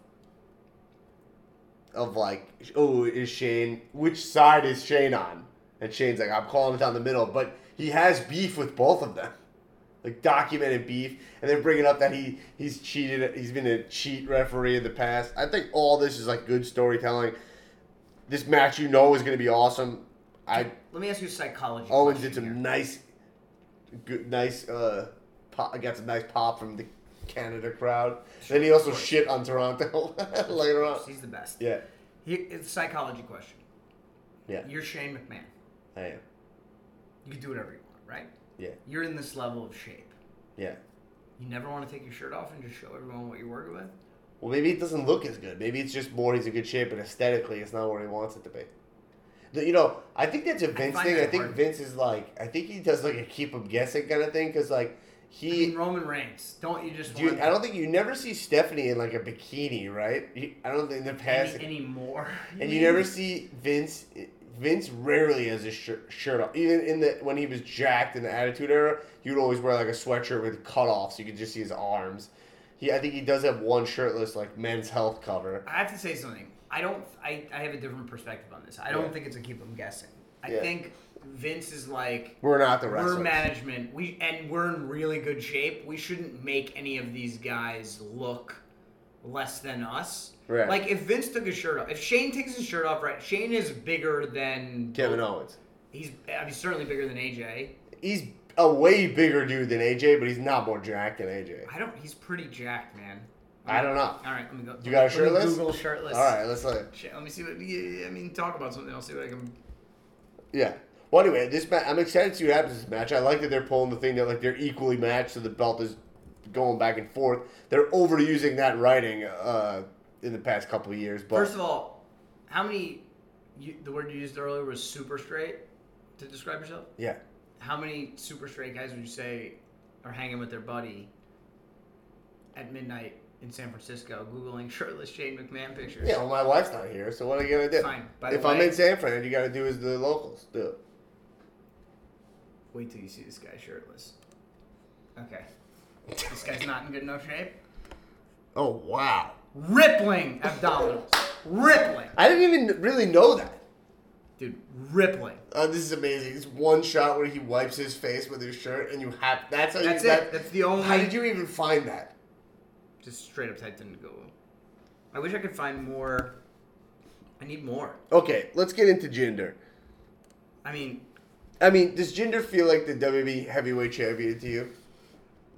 of like, oh, is Shane which side is Shane on? And Shane's like, I'm calling it down the middle, but he has beef with both of them. Like documented beef, and they're bringing up that he he's cheated. He's been a cheat referee in the past. I think all this is like good storytelling. This match, you know, is going to be awesome. I
Let me ask you a psychology.
Owens
question
did some
here.
nice, good, nice. Uh, pop, got some nice pop from the Canada crowd. then he also shit on Toronto [laughs] later on.
He's the best.
Yeah,
He, it's a psychology question.
yeah,
You're Shane McMahon.
I am.
You can do whatever you want, right?
Yeah,
You're in this level of shape.
yeah.
You never want to take your shirt off and just show everyone what you're working with.
Well, maybe it doesn't look as good. Maybe it's just more he's in good shape, but aesthetically, it's not where he wants it to be. The- You know, I think that's a Vince
find
thing.
that
I think
hard.
Vince is like, I think he does like a keep him guessing kind of thing because like
I
he.
mean, Roman Reigns. Don't you just
Dude,
want
I don't think you never see Stephanie in like a bikini, right? You- I don't think in the past.
any, anymore? [laughs]
And you never see Vince. Vince rarely has his shirt, shirt off. Even in the when he was jacked in the Attitude Era, he would always wear like a sweatshirt with cutoffs. You could just see his arms. He, I think he does have one shirtless like men's health cover.
I have to say something. I don't. I, I have a different perspective on this. I don't
Yeah.
think it's a keep them guessing. I
Yeah.
think Vince is like
We're not the
we're
wrestlers.
management. We and we're in really good shape. We shouldn't make any of these guys look less than us.
Right.
Like if Vince took his shirt off, if Shane takes his shirt off, right? Shane is bigger than
Kevin Owens.
He's I mean, certainly bigger than AJ.
He's a way bigger dude than AJ, but he's not more jacked than AJ.
I don't. He's pretty jacked, man.
I don't know.
All right, let me go.
You got a
let me
shirtless?
Google shirtless.
All right, let's let.
Shit, let me see what. yeah, I mean, talk about something. I'll see what I can.
Yeah. Well, anyway, this match, I'm excited to see what happens in this match. I like that they're pulling the thing that like they're equally matched, so the belt is going back and forth. They're overusing that writing uh, in the past couple of years, but
First of all, how many? You, the word you used earlier was super straight to describe yourself.
yeah,
How many super straight guys would you say are hanging with their buddy at midnight in San Francisco, googling [laughs] shirtless Shane McMahon pictures?
yeah. Well, my wife's not here, so what are you gonna do?
Fine. By the
if I'm
way-
in San Fran, you gotta do is the locals do. it.
Wait till you see this guy shirtless. Okay. This guy's not in good enough shape.
Oh wow!
Rippling abdominals. Rippling.
I didn't even really know that.
Dude, rippling.
Uh, this is amazing. It's one shot where he wipes his face with his shirt, and you have that's how
That's
you,
it. That's the only.
How did you even find that?
Just straight up typed into Google. I wish I could find more. I need more.
Okay, let's get into gender.
I mean,
I mean, does gender feel like the WWE heavyweight champion to you?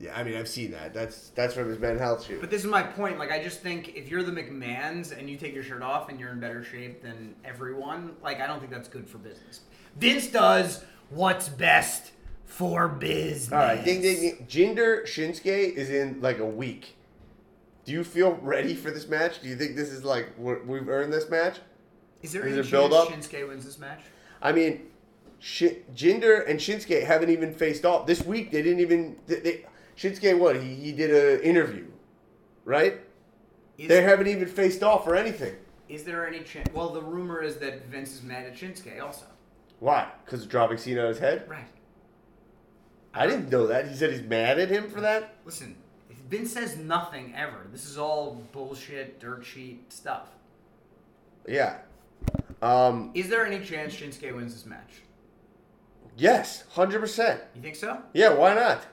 Yeah, I mean, I've seen that. That's that's from his Ben Health shoot.
but this is my point. Like, I just think if you're the McMahons and you take your shirt off and you're in better shape than everyone, like, I don't think that's good for business. Vince does what's best for business.
All right, ding, ding, ding. Jinder Shinsuke is in like a week. Do you feel ready for this match? Do you think this is like we're, we've earned this match?
Is there
Is
any
it
chance
build up?
Shinsuke wins this match?
I mean, Shi Jinder and Shinsuke haven't even faced off this week. They didn't even. They, they, Shinsuke, what he he did an interview, right?
Is,
They haven't even faced off or anything.
is there any chance? Well, the rumor is that Vince is mad at Shinsuke also.
Why? Because dropping Cena on his head.
Right.
I didn't know that. He said he's mad at him for that.
Listen, if Vince says nothing ever. This is all bullshit, dirt sheet stuff.
Yeah. Um.
Is there any chance Shinsuke wins this match?
Yes, hundred percent.
You think so?
Yeah. Why not?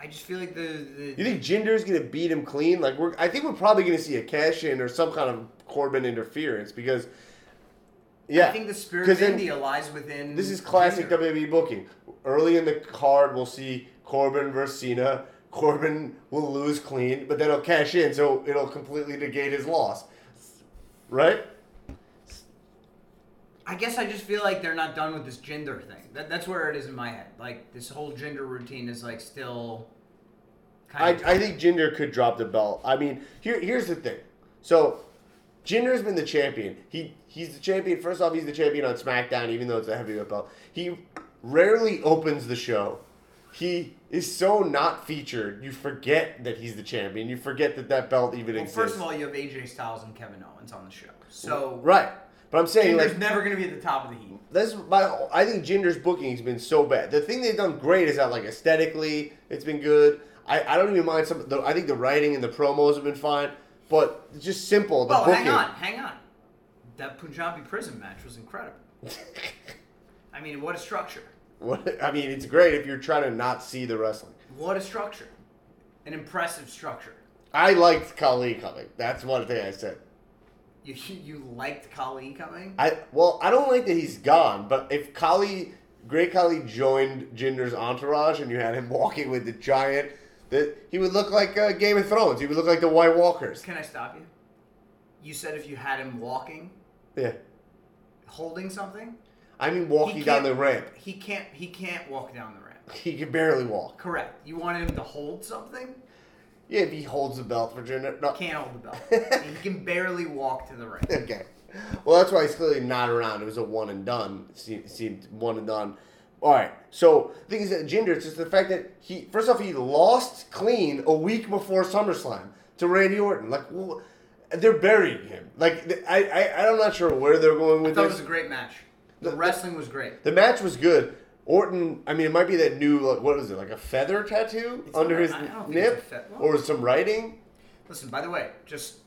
I just feel like the. the
You think Jinder's gonna beat him clean? Like we're, I think we're probably gonna see a cash in or some kind of Corbin interference because. Yeah.
I think the spirit
'Cause
of
then
India lies within.
This is classic
Jinder.
WWE booking. Early in the card, we'll see Corbin versus Cena. Corbin will lose clean, but then he'll cash in, so it'll completely negate his loss. Right?
I guess I just feel like they're not done with this gender thing. That, that's where it is in my head. Like this whole gender routine is like still.
I,
Kind of.
I think Jinder could drop the belt. I mean, here here's the thing. So Jinder's been the champion. He he's the champion. First off, he's the champion on SmackDown, even though it's a heavyweight belt. He rarely opens the show. He is so not featured. You forget that he's the champion. You forget that that belt even
well,
exists.
first of all, you have AJ Styles and Kevin Owens on the show, so
right? But I'm saying
Jinder's
like
never going to be at the top of the heap.
That's my. I think Jinder's booking has been so bad. The thing they've done great is that like aesthetically, it's been good. I, I don't even mind some. The, I think the writing and the promos have been fine, but it's just simple. The
Well,
booking.
Oh, hang on, hang on. That Punjabi prison match was incredible. I mean, what a structure!
[laughs] What, I mean, it's great if you're trying to not see the wrestling.
What a structure! An impressive structure.
I liked Kali coming. That's one thing I said.
You [laughs] you liked Colleen coming?
I well, I don't like that he's gone, but if Kali, Great Kali, joined Jinder's entourage and you had him [laughs] walking with the giant, that he would look like uh, Game of Thrones. He would look like the White Walkers.
Can I stop you? You said if you had him walking,
Yeah.
holding something,
I mean,
he
walking down
can't-
the ramp.
He can't. He can't walk down the ramp.
He can barely walk.
Correct. You wanted him to hold something?
Yeah, if he holds the belt for Jinder. No. [laughs]
Can't hold the belt. he can barely walk to the ramp.
Okay. Well, that's why he's clearly not around. It was a one and done. It seemed, it seemed one and done. All right. So, the thing is that Jinder, it's just the fact that he, first off, he lost clean a week before SummerSlam to Randy Orton. Like, wh- they're burying him. Like, th- I, I, I'm not sure where they're going
I
with
thought it
this.
was a great match. The
The-
wrestling was great.
the match was good. Orton, I mean, it might be that new, like, what was it, like a feather tattoo
It's
under
not-
his
I don't think it's a
nip?
feather.
Or some writing?
Listen, by the way, just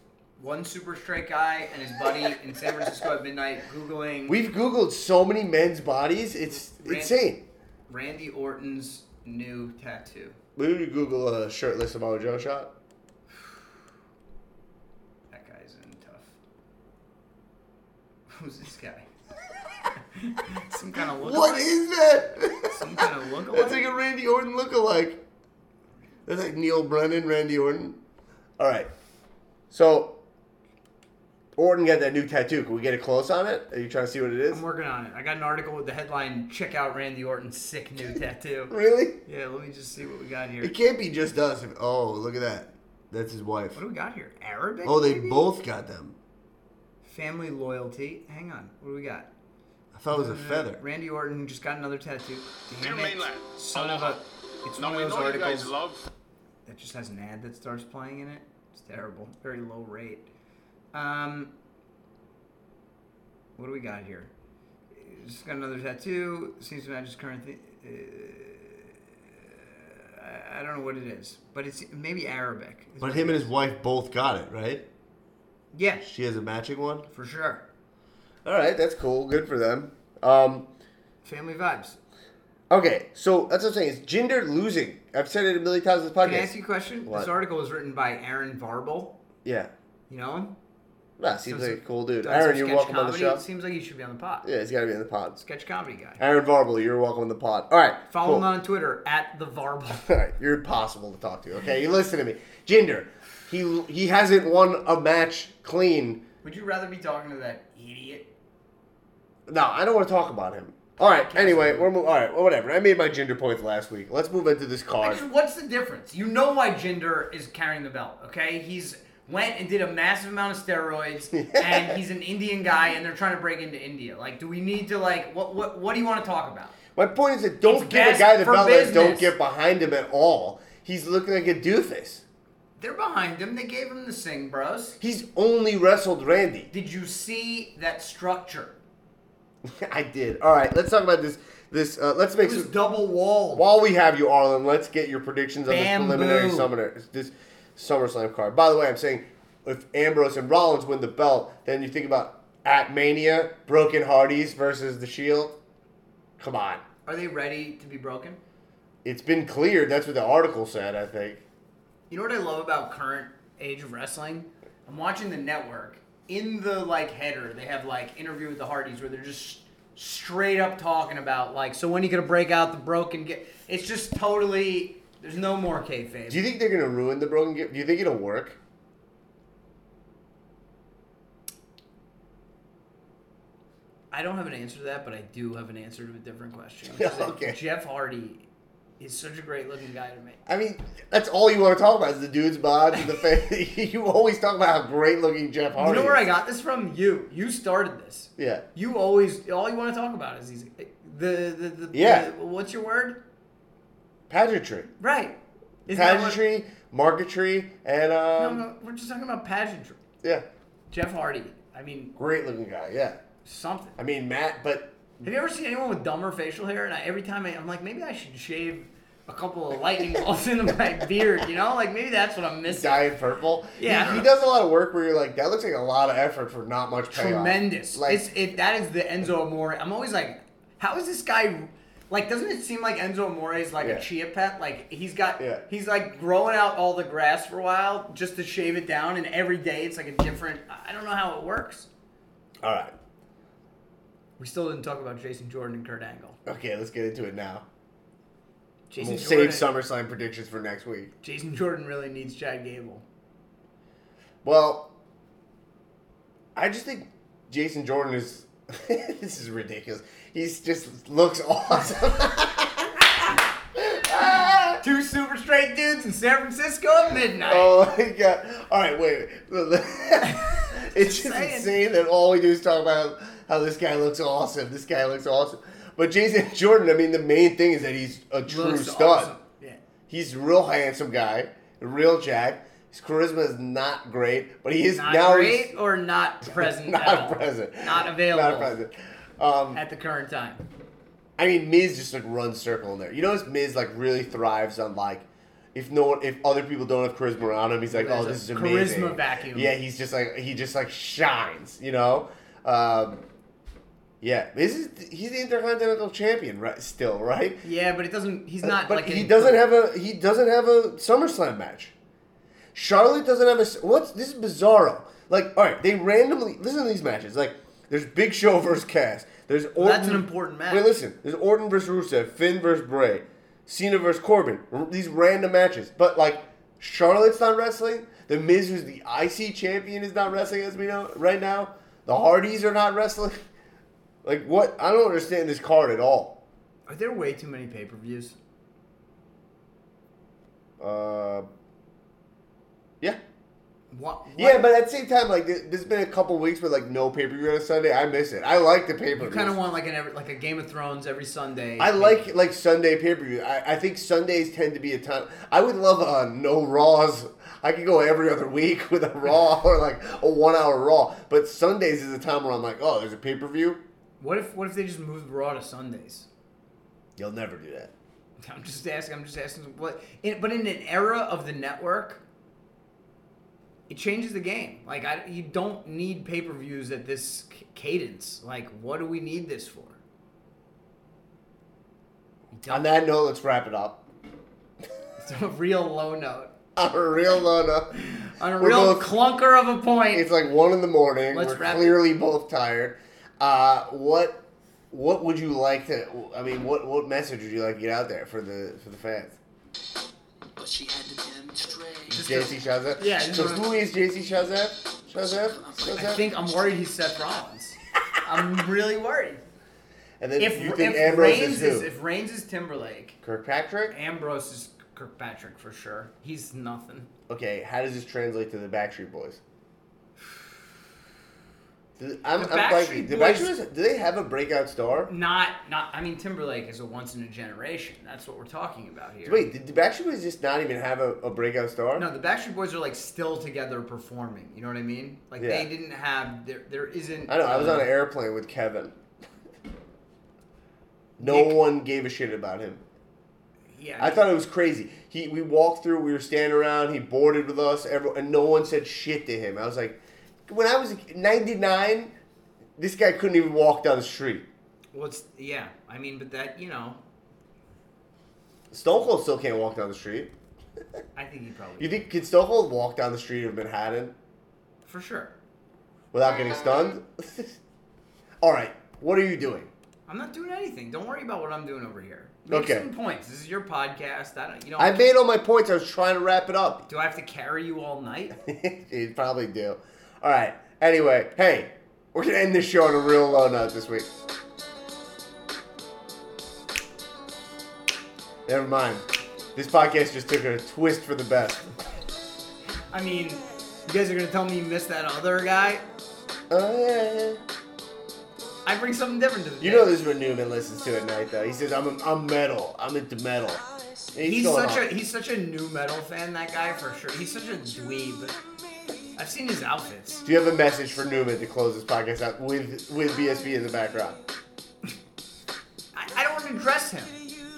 one super straight guy and his buddy in San Francisco at midnight googling
We've googled so many men's bodies; it's
Ran-
insane.
Randy Orton's new tattoo.
Maybe we Google a shirtless Samoa Joe shot.
That guy's in tough. [laughs] Who's this [laughs] guy? Some kind of look.
What is that? [laughs]
Some kind of lookalike?
That's like a Randy Orton lookalike. That's like Neil Brennan, Randy Orton. All right, so Orton got that new tattoo. Can we get a close on it? Are you trying to see what it is?
I'm working on it. I got an article with the headline "Check out Randy Orton's sick [laughs] new tattoo."
Really?
Yeah, let me just see what we got here.
It can't be just us. If, oh, look at that. That's his wife.
What do we got here? Arabic?
Oh, they
maybe?
both got them.
Family loyalty. Hang on. What do we got? Uh,
I thought it was a feather.
Randy Orton just got another tattoo. Damn
Dear
it.
mainland,
Son of a. It's
Now
one
we
of those
know you guys
articles
love
that just has an ad that starts playing in it. It's terrible. Very low rate. Um. What do we got here? Just got another tattoo. Seems to match his current thing. Uh, I- I don't know what it is, but it's maybe Arabic.
But him and his wife both got it, right?
Yeah,
She has a matching one.
for sure.
All right, that's cool. Good for them. Um,
Family vibes.
okay, so that's what I'm saying. It's gender losing. I've said it a million times in this podcast.
Can I ask you a question?
What?
This article was written by Aaron Varble.
Yeah.
You know him?
Nah, seems
Does-
like a cool dude.
does
Aaron,
some
you're
sketch
welcome on the
comedy.
show.
It seems like you should be on the pod.
Yeah, he's got to be in the pod.
Sketch comedy guy.
Aaron Varble, you're welcome on the pod. All right.
Follow
cool.
him on Twitter at the Varble.
[laughs] All right, you're impossible to talk to. Okay, you listen to me. Jinder, he he hasn't won a match clean.
Would you rather be talking to that idiot?
No, I don't want to talk about him. All right. Anyway, we're mo- all right. Well, whatever. I made my gender points last week. Let's move into this
I
card.
just, what's the difference? You know why Jinder is carrying the belt, okay? He's went and did a massive amount of steroids, and he's an Indian guy, and they're trying to break into India. Like, do we need to like what what what do you want to talk about?
My point is that don't
It's
give a
best
guy the
for
belt and don't
business.
get behind him at all. He's looking like a doofus.
They're behind him. They gave him the Sing Bros.
He's only wrestled Randy. [laughs]
Did you see that structure?
I did. All right, let's talk about this. This uh, let's make
It was
some.
double walled.
While we have you, Arlen, let's get your predictions on this
Bamboo.
preliminary summoner, this SummerSlam card. By the way, I'm saying if Ambrose and Rollins win the belt, then you think about at Mania, Broken Hardys versus the Shield. Come on,
Are they ready to be broken?
it's been cleared. That's what the article said. I think.
You know what I love about current age of wrestling? I'm watching the network. In the like header, they have like interview with the Hardys where they're just straight up talking about like, so when are you gonna break out the broken? Ga-? It's just totally. There's no more kayfabe.
Do you think they're gonna ruin the Broken? Gi- Do you think it'll work? [laughs]
I don't have an answer to that, but I do have an answer to a different question. which is that
Okay.
Jeff Hardy He's such a great looking guy to me.
I mean, that's all you want to talk about is the dude's bod and the face. [laughs] you always talk about how great looking Jeff Hardy.
You know where I
is.
got this from? You. You started this.
Yeah.
You always all you want to talk about is these the the, the
Yeah.
the- what's your word?
Pageantry,
Right. Isn't that what-
pageantry, marketry, and
No,
um,
no, we're just talking about pageantry.
yeah,
Jeff Hardy. I mean,
great looking guy. Yeah,
something.
I mean Matt, but
Have you ever seen anyone with dumber facial hair? And I, every time I, I'm like, maybe I should shave a couple of
[laughs]
lightning bolts into my beard. You know, like maybe that's what I'm missing.
dye in purple.
Yeah.
he, he does a lot of work where you're like, that looks like a lot of effort for not much payoff.
Tremendous.
Like,
it's it. That is the Enzo Amore. I'm always like, how is this guy? Like, doesn't it seem like Enzo Amore is like
Yeah.
a chia pet? Like he's got,
Yeah.
he's like growing out all the grass for a while just to shave it down, and every day it's like a different. I I don't know how it works.
all right,
We still didn't talk about Jason Jordan and Kurt Angle.
okay, let's get into it now.
Jason
We'll
Jordan.
save SummerSlam predictions for next week.
Jason Jordan really needs Chad Gable.
Well, I just think Jason Jordan is. [laughs] this is ridiculous. He's just looks awesome. [laughs]
Two super straight dudes in San Francisco at midnight.
[laughs] oh my god! All right, wait. wait. [laughs] it's
Just
just
saying.
insane that all we do is talk about how this guy looks awesome. This guy looks awesome. But Jason [laughs] Jordan, I mean, the main thing is that he's a true
Looks
stud.
awesome. Yeah.
He's a real handsome guy, a real Jack. His charisma is not great, but he is
Not
now he's
great
[laughs]
or not present. at all.
not present,
Not available.
not present. Um,
at the current time.
I mean, Miz just like runs circle in there. You notice Miz like really thrives on like if no one, if other people don't have charisma around him, he's like,
There's
oh,
a
this is
charisma
amazing.
vacuum.
Yeah, he's just like he just like shines. You know. Um, yeah, Miz is he's the Intercontinental Champion right still right.
Yeah, but it doesn't. He's not.
Uh, but
like
he
an-
doesn't have a he doesn't have a SummerSlam match. Charlotte doesn't have a s- what's this is bizarro. Like all right, they randomly listen to these matches. Like there's Big Show versus Cass. There's Orton.
that's an important match.
Wait, listen. There's Orton versus Rusev, Finn versus Bray, Cena versus Corbin. R- These random matches, but like Charlotte's not wrestling. The Miz, who's the IC champion, is not wrestling as we know right now. The Hardys are not wrestling. [laughs] Like what? I don't understand this card at all.
Are there way too many pay per views?
Uh, yeah.
What, what?
Yeah, but at the same time, like th- there's been a couple weeks with like no pay per view on a Sunday. I miss it. I like the pay per
you
view.
kind of want like an every, like a Game of Thrones every Sunday.
I like like Sunday pay per view. I, I think Sundays tend to be a time. I would love uh, no Raws. I could go every other week [laughs] with a Raw or like a one hour Raw. But Sundays is a time where I'm like, oh, there's a pay per view.
What if What if they just moved Raw to Sundays?
You'll never do that.
[laughs] I'm just asking. I'm just asking. What? In, but in an era of the network, it changes the game. Like I, you don't need pay per views at this c- cadence. Like, what do we need this for? You
On
don't-
that note, let's wrap it up. [laughs]
It's a real low note.
On a real low note,
On a
We're
real
both-
clunker of a point.
it's like one in the morning.
Let's
We're
wrap it.
clearly both tired. Uh, what what would you like to? I mean, what what message would you like to get out there for the for the fans?
But she had to demonstrate.
JC Shazef.
Yeah,
So
just-
who is JC Shazef? Shazef. Shazef.
I think I'm worried he's Seth Rollins. I'm really worried.
and then [laughs]
If
you think
if
Ambrose
Reigns
is who?
if Reigns is Timberlake,
Kirkpatrick.
Ambrose is Kirkpatrick for sure. He's nothing.
Okay, how does this translate to the Backstreet Boys? The- I'm,
The
I'm
Backstreet
blanking. The
Boys-
Backstreet Boys, do they have a breakout star?
Not not. I mean, Timberlake is a once in a generation. That's what we're talking about here.
Wait, did the Backstreet Boys just not even have a, a breakout star?
No, the Backstreet Boys are like still together performing. You know what I mean? Like
Yeah.
they didn't have there. There isn't.
I know. I was on an airplane with Kevin. No
Nick-
one gave a shit about him.
Yeah.
I thought it was crazy. He we walked through. We were standing around. He boarded with us. Everyone, and no one said shit to him. I was like, when I was ninety nine, this guy couldn't even walk down the street.
What's? yeah. I mean, but that you know,
Stone Cold still can't walk down the street.
I think he probably
You think can Stone Cold walk down the street of Manhattan
for sure.
without getting stunned? [laughs] All right, what are you doing?
I'm not doing anything. Don't worry about what I'm doing over here. Make
Okay.
some points. This is your podcast. I don't. You know.
I made all my points. I was trying to wrap it up. [laughs]
[laughs] do I have to carry you all night?
you probably do. All right. Anyway, hey, we're gonna end this show on a real low note this week. Never mind. This podcast just took a twist for the best.
I mean, you guys are gonna tell me you missed that other guy.
Oh, yeah.
I bring something different to the
You know this is what Newman listens to at night, though. He says, I'm, I'm metal. I'm into metal. And
He's
going
such
on.
a he's such a new metal fan. That guy for sure. He's such a dweeb. I've seen his outfits.
Do you have a message for Newman to close this podcast out with, with BSB in the background?
I, I don't want to dress him.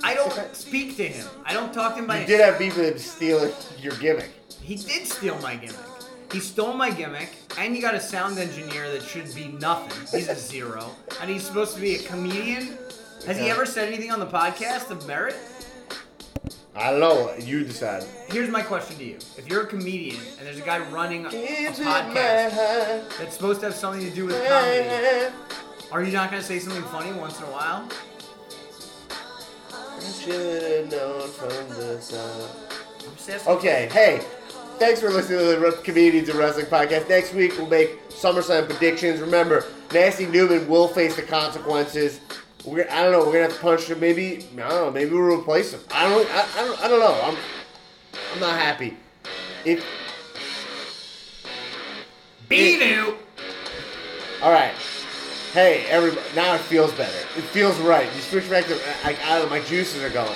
I don't speak to him. I don't talk to him by.
You did have beef with him stealing your gimmick.
He did steal my gimmick. He stole my gimmick, and you got a sound engineer that should be nothing. He's a zero, and he's supposed to be a comedian. Has he
Yeah.
ever said anything on the podcast of merit?
I don't know. You decide.
Here's my question to you: If you're a comedian and there's a guy running a, a
Gives it
podcast
my-
that's supposed to have something to do with comedy, are you not going to say something funny once in a while?
I should've known from the start.
I'm just asking.
Okay, hey, thanks for listening to the Re- Comedians of Wrestling podcast. Next week we'll make SummerSlam predictions. Remember, Nasty Newman will face the consequences. We're I don't know. We're gonna have to punch him. Maybe I don't know. Maybe we'll replace him. I don't. I, I don't. I don't know. I'm. I'm not happy. If
Beanu.
all right. Hey, everybody. Now it feels better. It feels right. You switch back to like I don't know, my juices are going.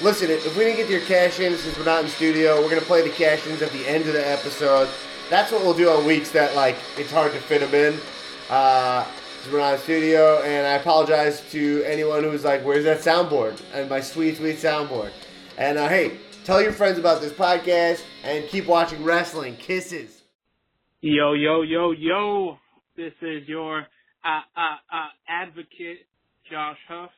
Listen, if we didn't get to your cash in since we're not in studio, we're gonna play the cash ins at the end of the episode. That's what we'll do on weeks that like it's hard to fit them in. Uh, 'cause we're not in studio, and I apologize to anyone who's like, "Where's that soundboard?" and my sweet, sweet soundboard. And uh, hey, tell your friends about this podcast and keep watching wrestling. Kisses.
Yo, yo, yo, yo. This is your uh, uh, uh, advocate, Josh Huff,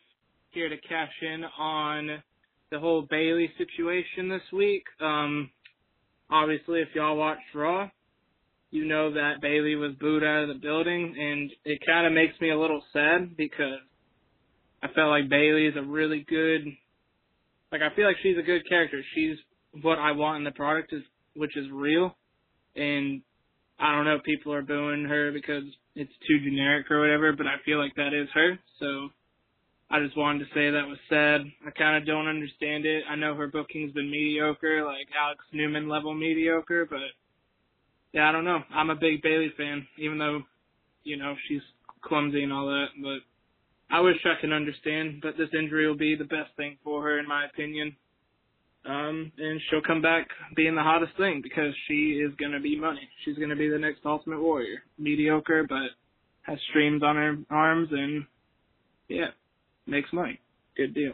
here to cash in on the whole Bailey situation this week. Um, obviously, if y'all watched Raw, you know that Bailey was booed out of the building, and it kind of makes me a little sad because I felt like Bailey is a really good, like I feel like she's a good character. She's what I want in the product is, which is real, and I don't know if people are booing her because it's too generic or whatever, but I feel like that is her. So I just wanted to say that was sad. I kind of don't understand it. I know her booking's been mediocre, like Alex Newman level mediocre, but yeah, I don't know. I'm a big Bailey fan, even though, you know, she's clumsy and all that, but I wish I could understand, but this injury will be the best thing for her in my opinion. Um, and she'll come back being the hottest thing because she is gonna be money. She's gonna be the next Ultimate Warrior. Mediocre, but has streams on her arms and yeah, makes money. Good deal.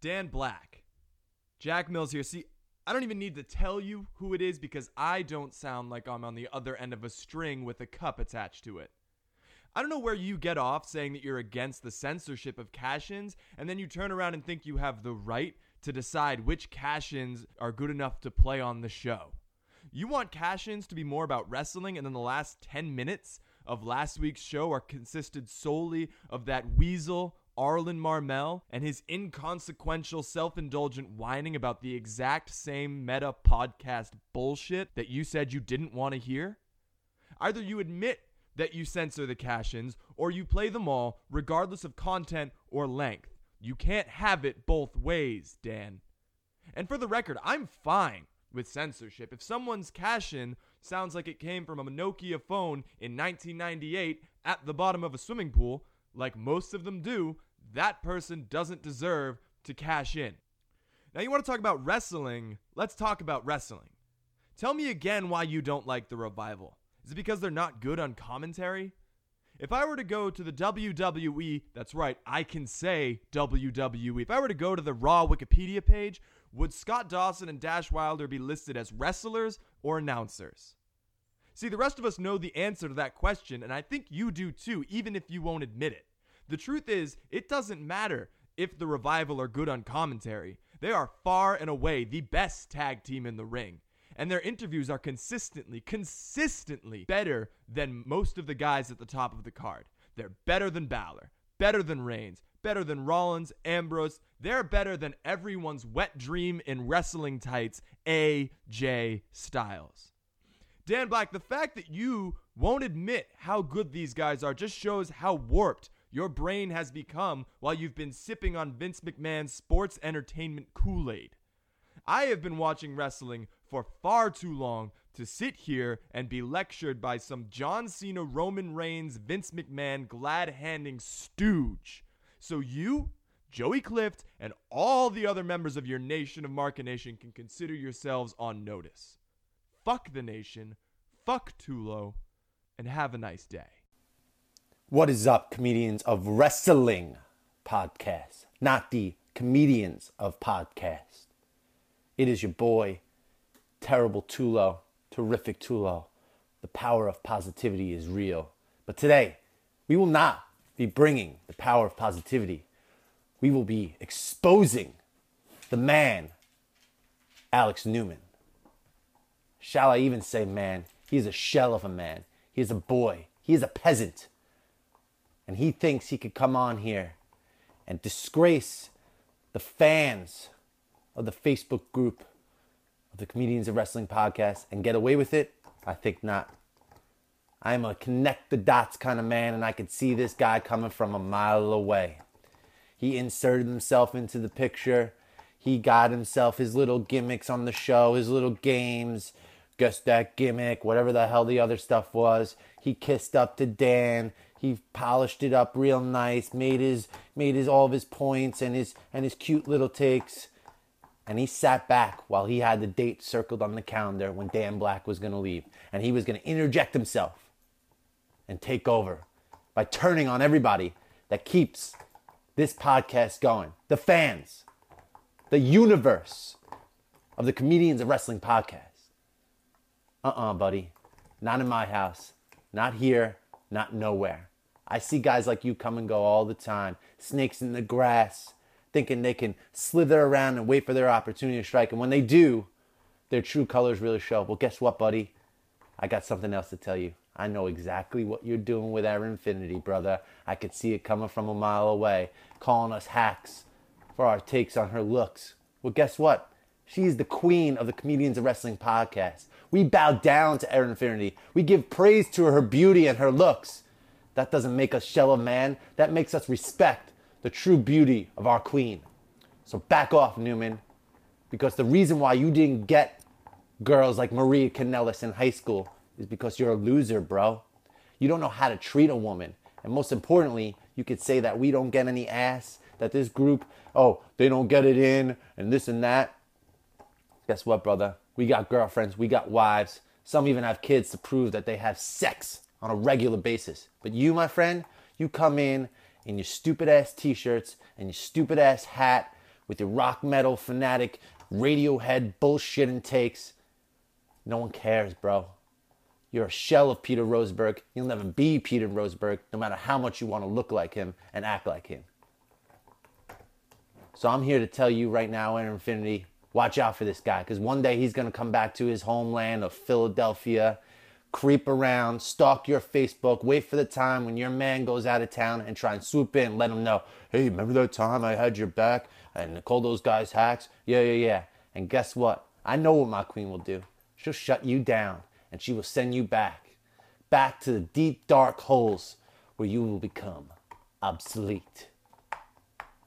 Dan Black. Jack Mills here. See, I don't even need to tell you who it is because I don't sound like I'm on the other end of a string with a cup attached to it. I don't know where you get off saying that you're against the censorship of cash ins, and then you turn around and think you have the right to decide which cash ins are good enough to play on the show. You want cash ins to be more about wrestling, and then the last 10 minutes of last week's show are consisted solely of that weasel, Arlen Marmel, and his inconsequential, self indulgent whining about the exact same meta podcast bullshit that you said you didn't want to hear? Either you admit that you censor the cash ins, or you play them all, regardless of content or length. You can't have it both ways, Dan. And for the record, I'm fine with censorship. If someone's cash in sounds like it came from a Nokia phone in 1998 at the bottom of a swimming pool, like most of them do, that person doesn't deserve to cash in. Now, you want to talk about wrestling? Let's talk about wrestling. Tell me again why you don't like the revival. Is it because they're not good on commentary? If I were to go to the WWE, that's right, I can say WWE. If I were to go to the Raw Wikipedia page, would Scott Dawson and Dash Wilder be listed as wrestlers or announcers? See, the rest of us know the answer to that question, and I think you do too, even if you won't admit it. The truth is, it doesn't matter if the Revival are good on commentary. They are far and away the best tag team in the ring, and their interviews are consistently, consistently better than most of the guys at the top of the card. They're better than Balor, better than Reigns, better than Rollins, Ambrose. They're better than everyone's wet dream in wrestling tights, AJ Styles. Dan Black, the fact that you won't admit how good these guys are just shows how warped your brain has become while you've been sipping on Vince McMahon's sports entertainment Kool Aid. I have been watching wrestling for far too long to sit here and be lectured by some John Cena, Roman Reigns, Vince McMahon glad handing stooge. So you, Joey Clift, and all the other members of your nation of Marca Nation can consider yourselves on notice. Fuck the nation, fuck Tulo, and have a nice day.
What is up, comedians of wrestling podcast? Not the comedians of podcast. It is your boy, terrible Tulo, terrific Tulo. The power of positivity is real. But today, we will not be bringing the power of positivity. We will be exposing the man, Alex Newman. Shall I even say man? He is a shell of a man. He is a boy. He is a peasant. And he thinks he could come on here and disgrace the fans of the Facebook group of the Comedians of Wrestling podcast and get away with it? I think not. I'm a connect the dots kind of man, and I could see this guy coming from a mile away. He inserted himself into the picture. He got himself his little gimmicks on the show, his little games, guess that gimmick, whatever the hell the other stuff was. He kissed up to Dan. He polished it up real nice, made his made his all of his points and his and his cute little takes and he sat back while he had the date circled on the calendar when Dan Black was going to leave. And he was going to interject himself and take over by turning on everybody that keeps this podcast going the fans, the universe of the Comedians of Wrestling podcast. Uh uh buddy. Not in my house, not here, not nowhere. I see guys like you come and go all the time, snakes in the grass thinking they can slither around and wait for their opportunity to strike. And when they do, their true colors really show. Well, guess what, buddy? I got something else to tell you. I know exactly what you're doing with our infinity, brother. I could see it coming from a mile away, calling us hacks for our takes on her looks. Well, guess what? She's the queen of the Comedians of Wrestling podcast. We bow down to Erin Infinity. We give praise to her beauty and her looks. That doesn't make us shell of man. That makes us respect the true beauty of our queen. So back off, Newman, because the reason why you didn't get girls like Maria Canellis in high school is because you're a loser, bro. You don't know how to treat a woman. And most importantly, you could say that we don't get any ass, that this group, oh, they don't get it in, and this and that. Guess what, brother? We got girlfriends, we got wives. Some even have kids to prove that they have sex on a regular basis. But you, my friend, you come in in your stupid ass t shirts and your stupid ass hat with your rock metal fanatic Radiohead bullshit and takes. No one cares, bro. You're a shell of Peter Roseberg. You'll never be Peter Roseberg, no matter how much you want to look like him and act like him. So I'm here to tell you right now, Enter Infinity, watch out for this guy, because one day he's going to come back to his homeland of Philadelphia creep around, stalk your Facebook, wait for the time when your man goes out of town and try and swoop in, let him know, hey, remember that time I had your back and called those guys hacks? Yeah, yeah, yeah. And guess what? I know what my queen will do. She'll shut you down and she will send you back, back to the deep, dark holes where you will become obsolete.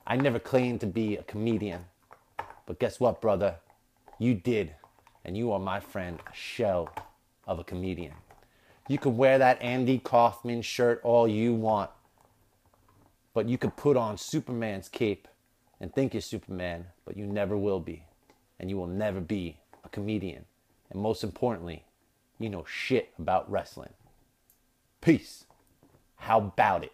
I never claimed to be a comedian, but guess what, brother? You did, and you are my friend, a shell of a comedian. You can wear that Andy Kaufman shirt all you want, but you could put on Superman's cape and think you're Superman, but you never will be. And you will never be a comedian. And most importantly, you know shit about wrestling. Peace. How about it?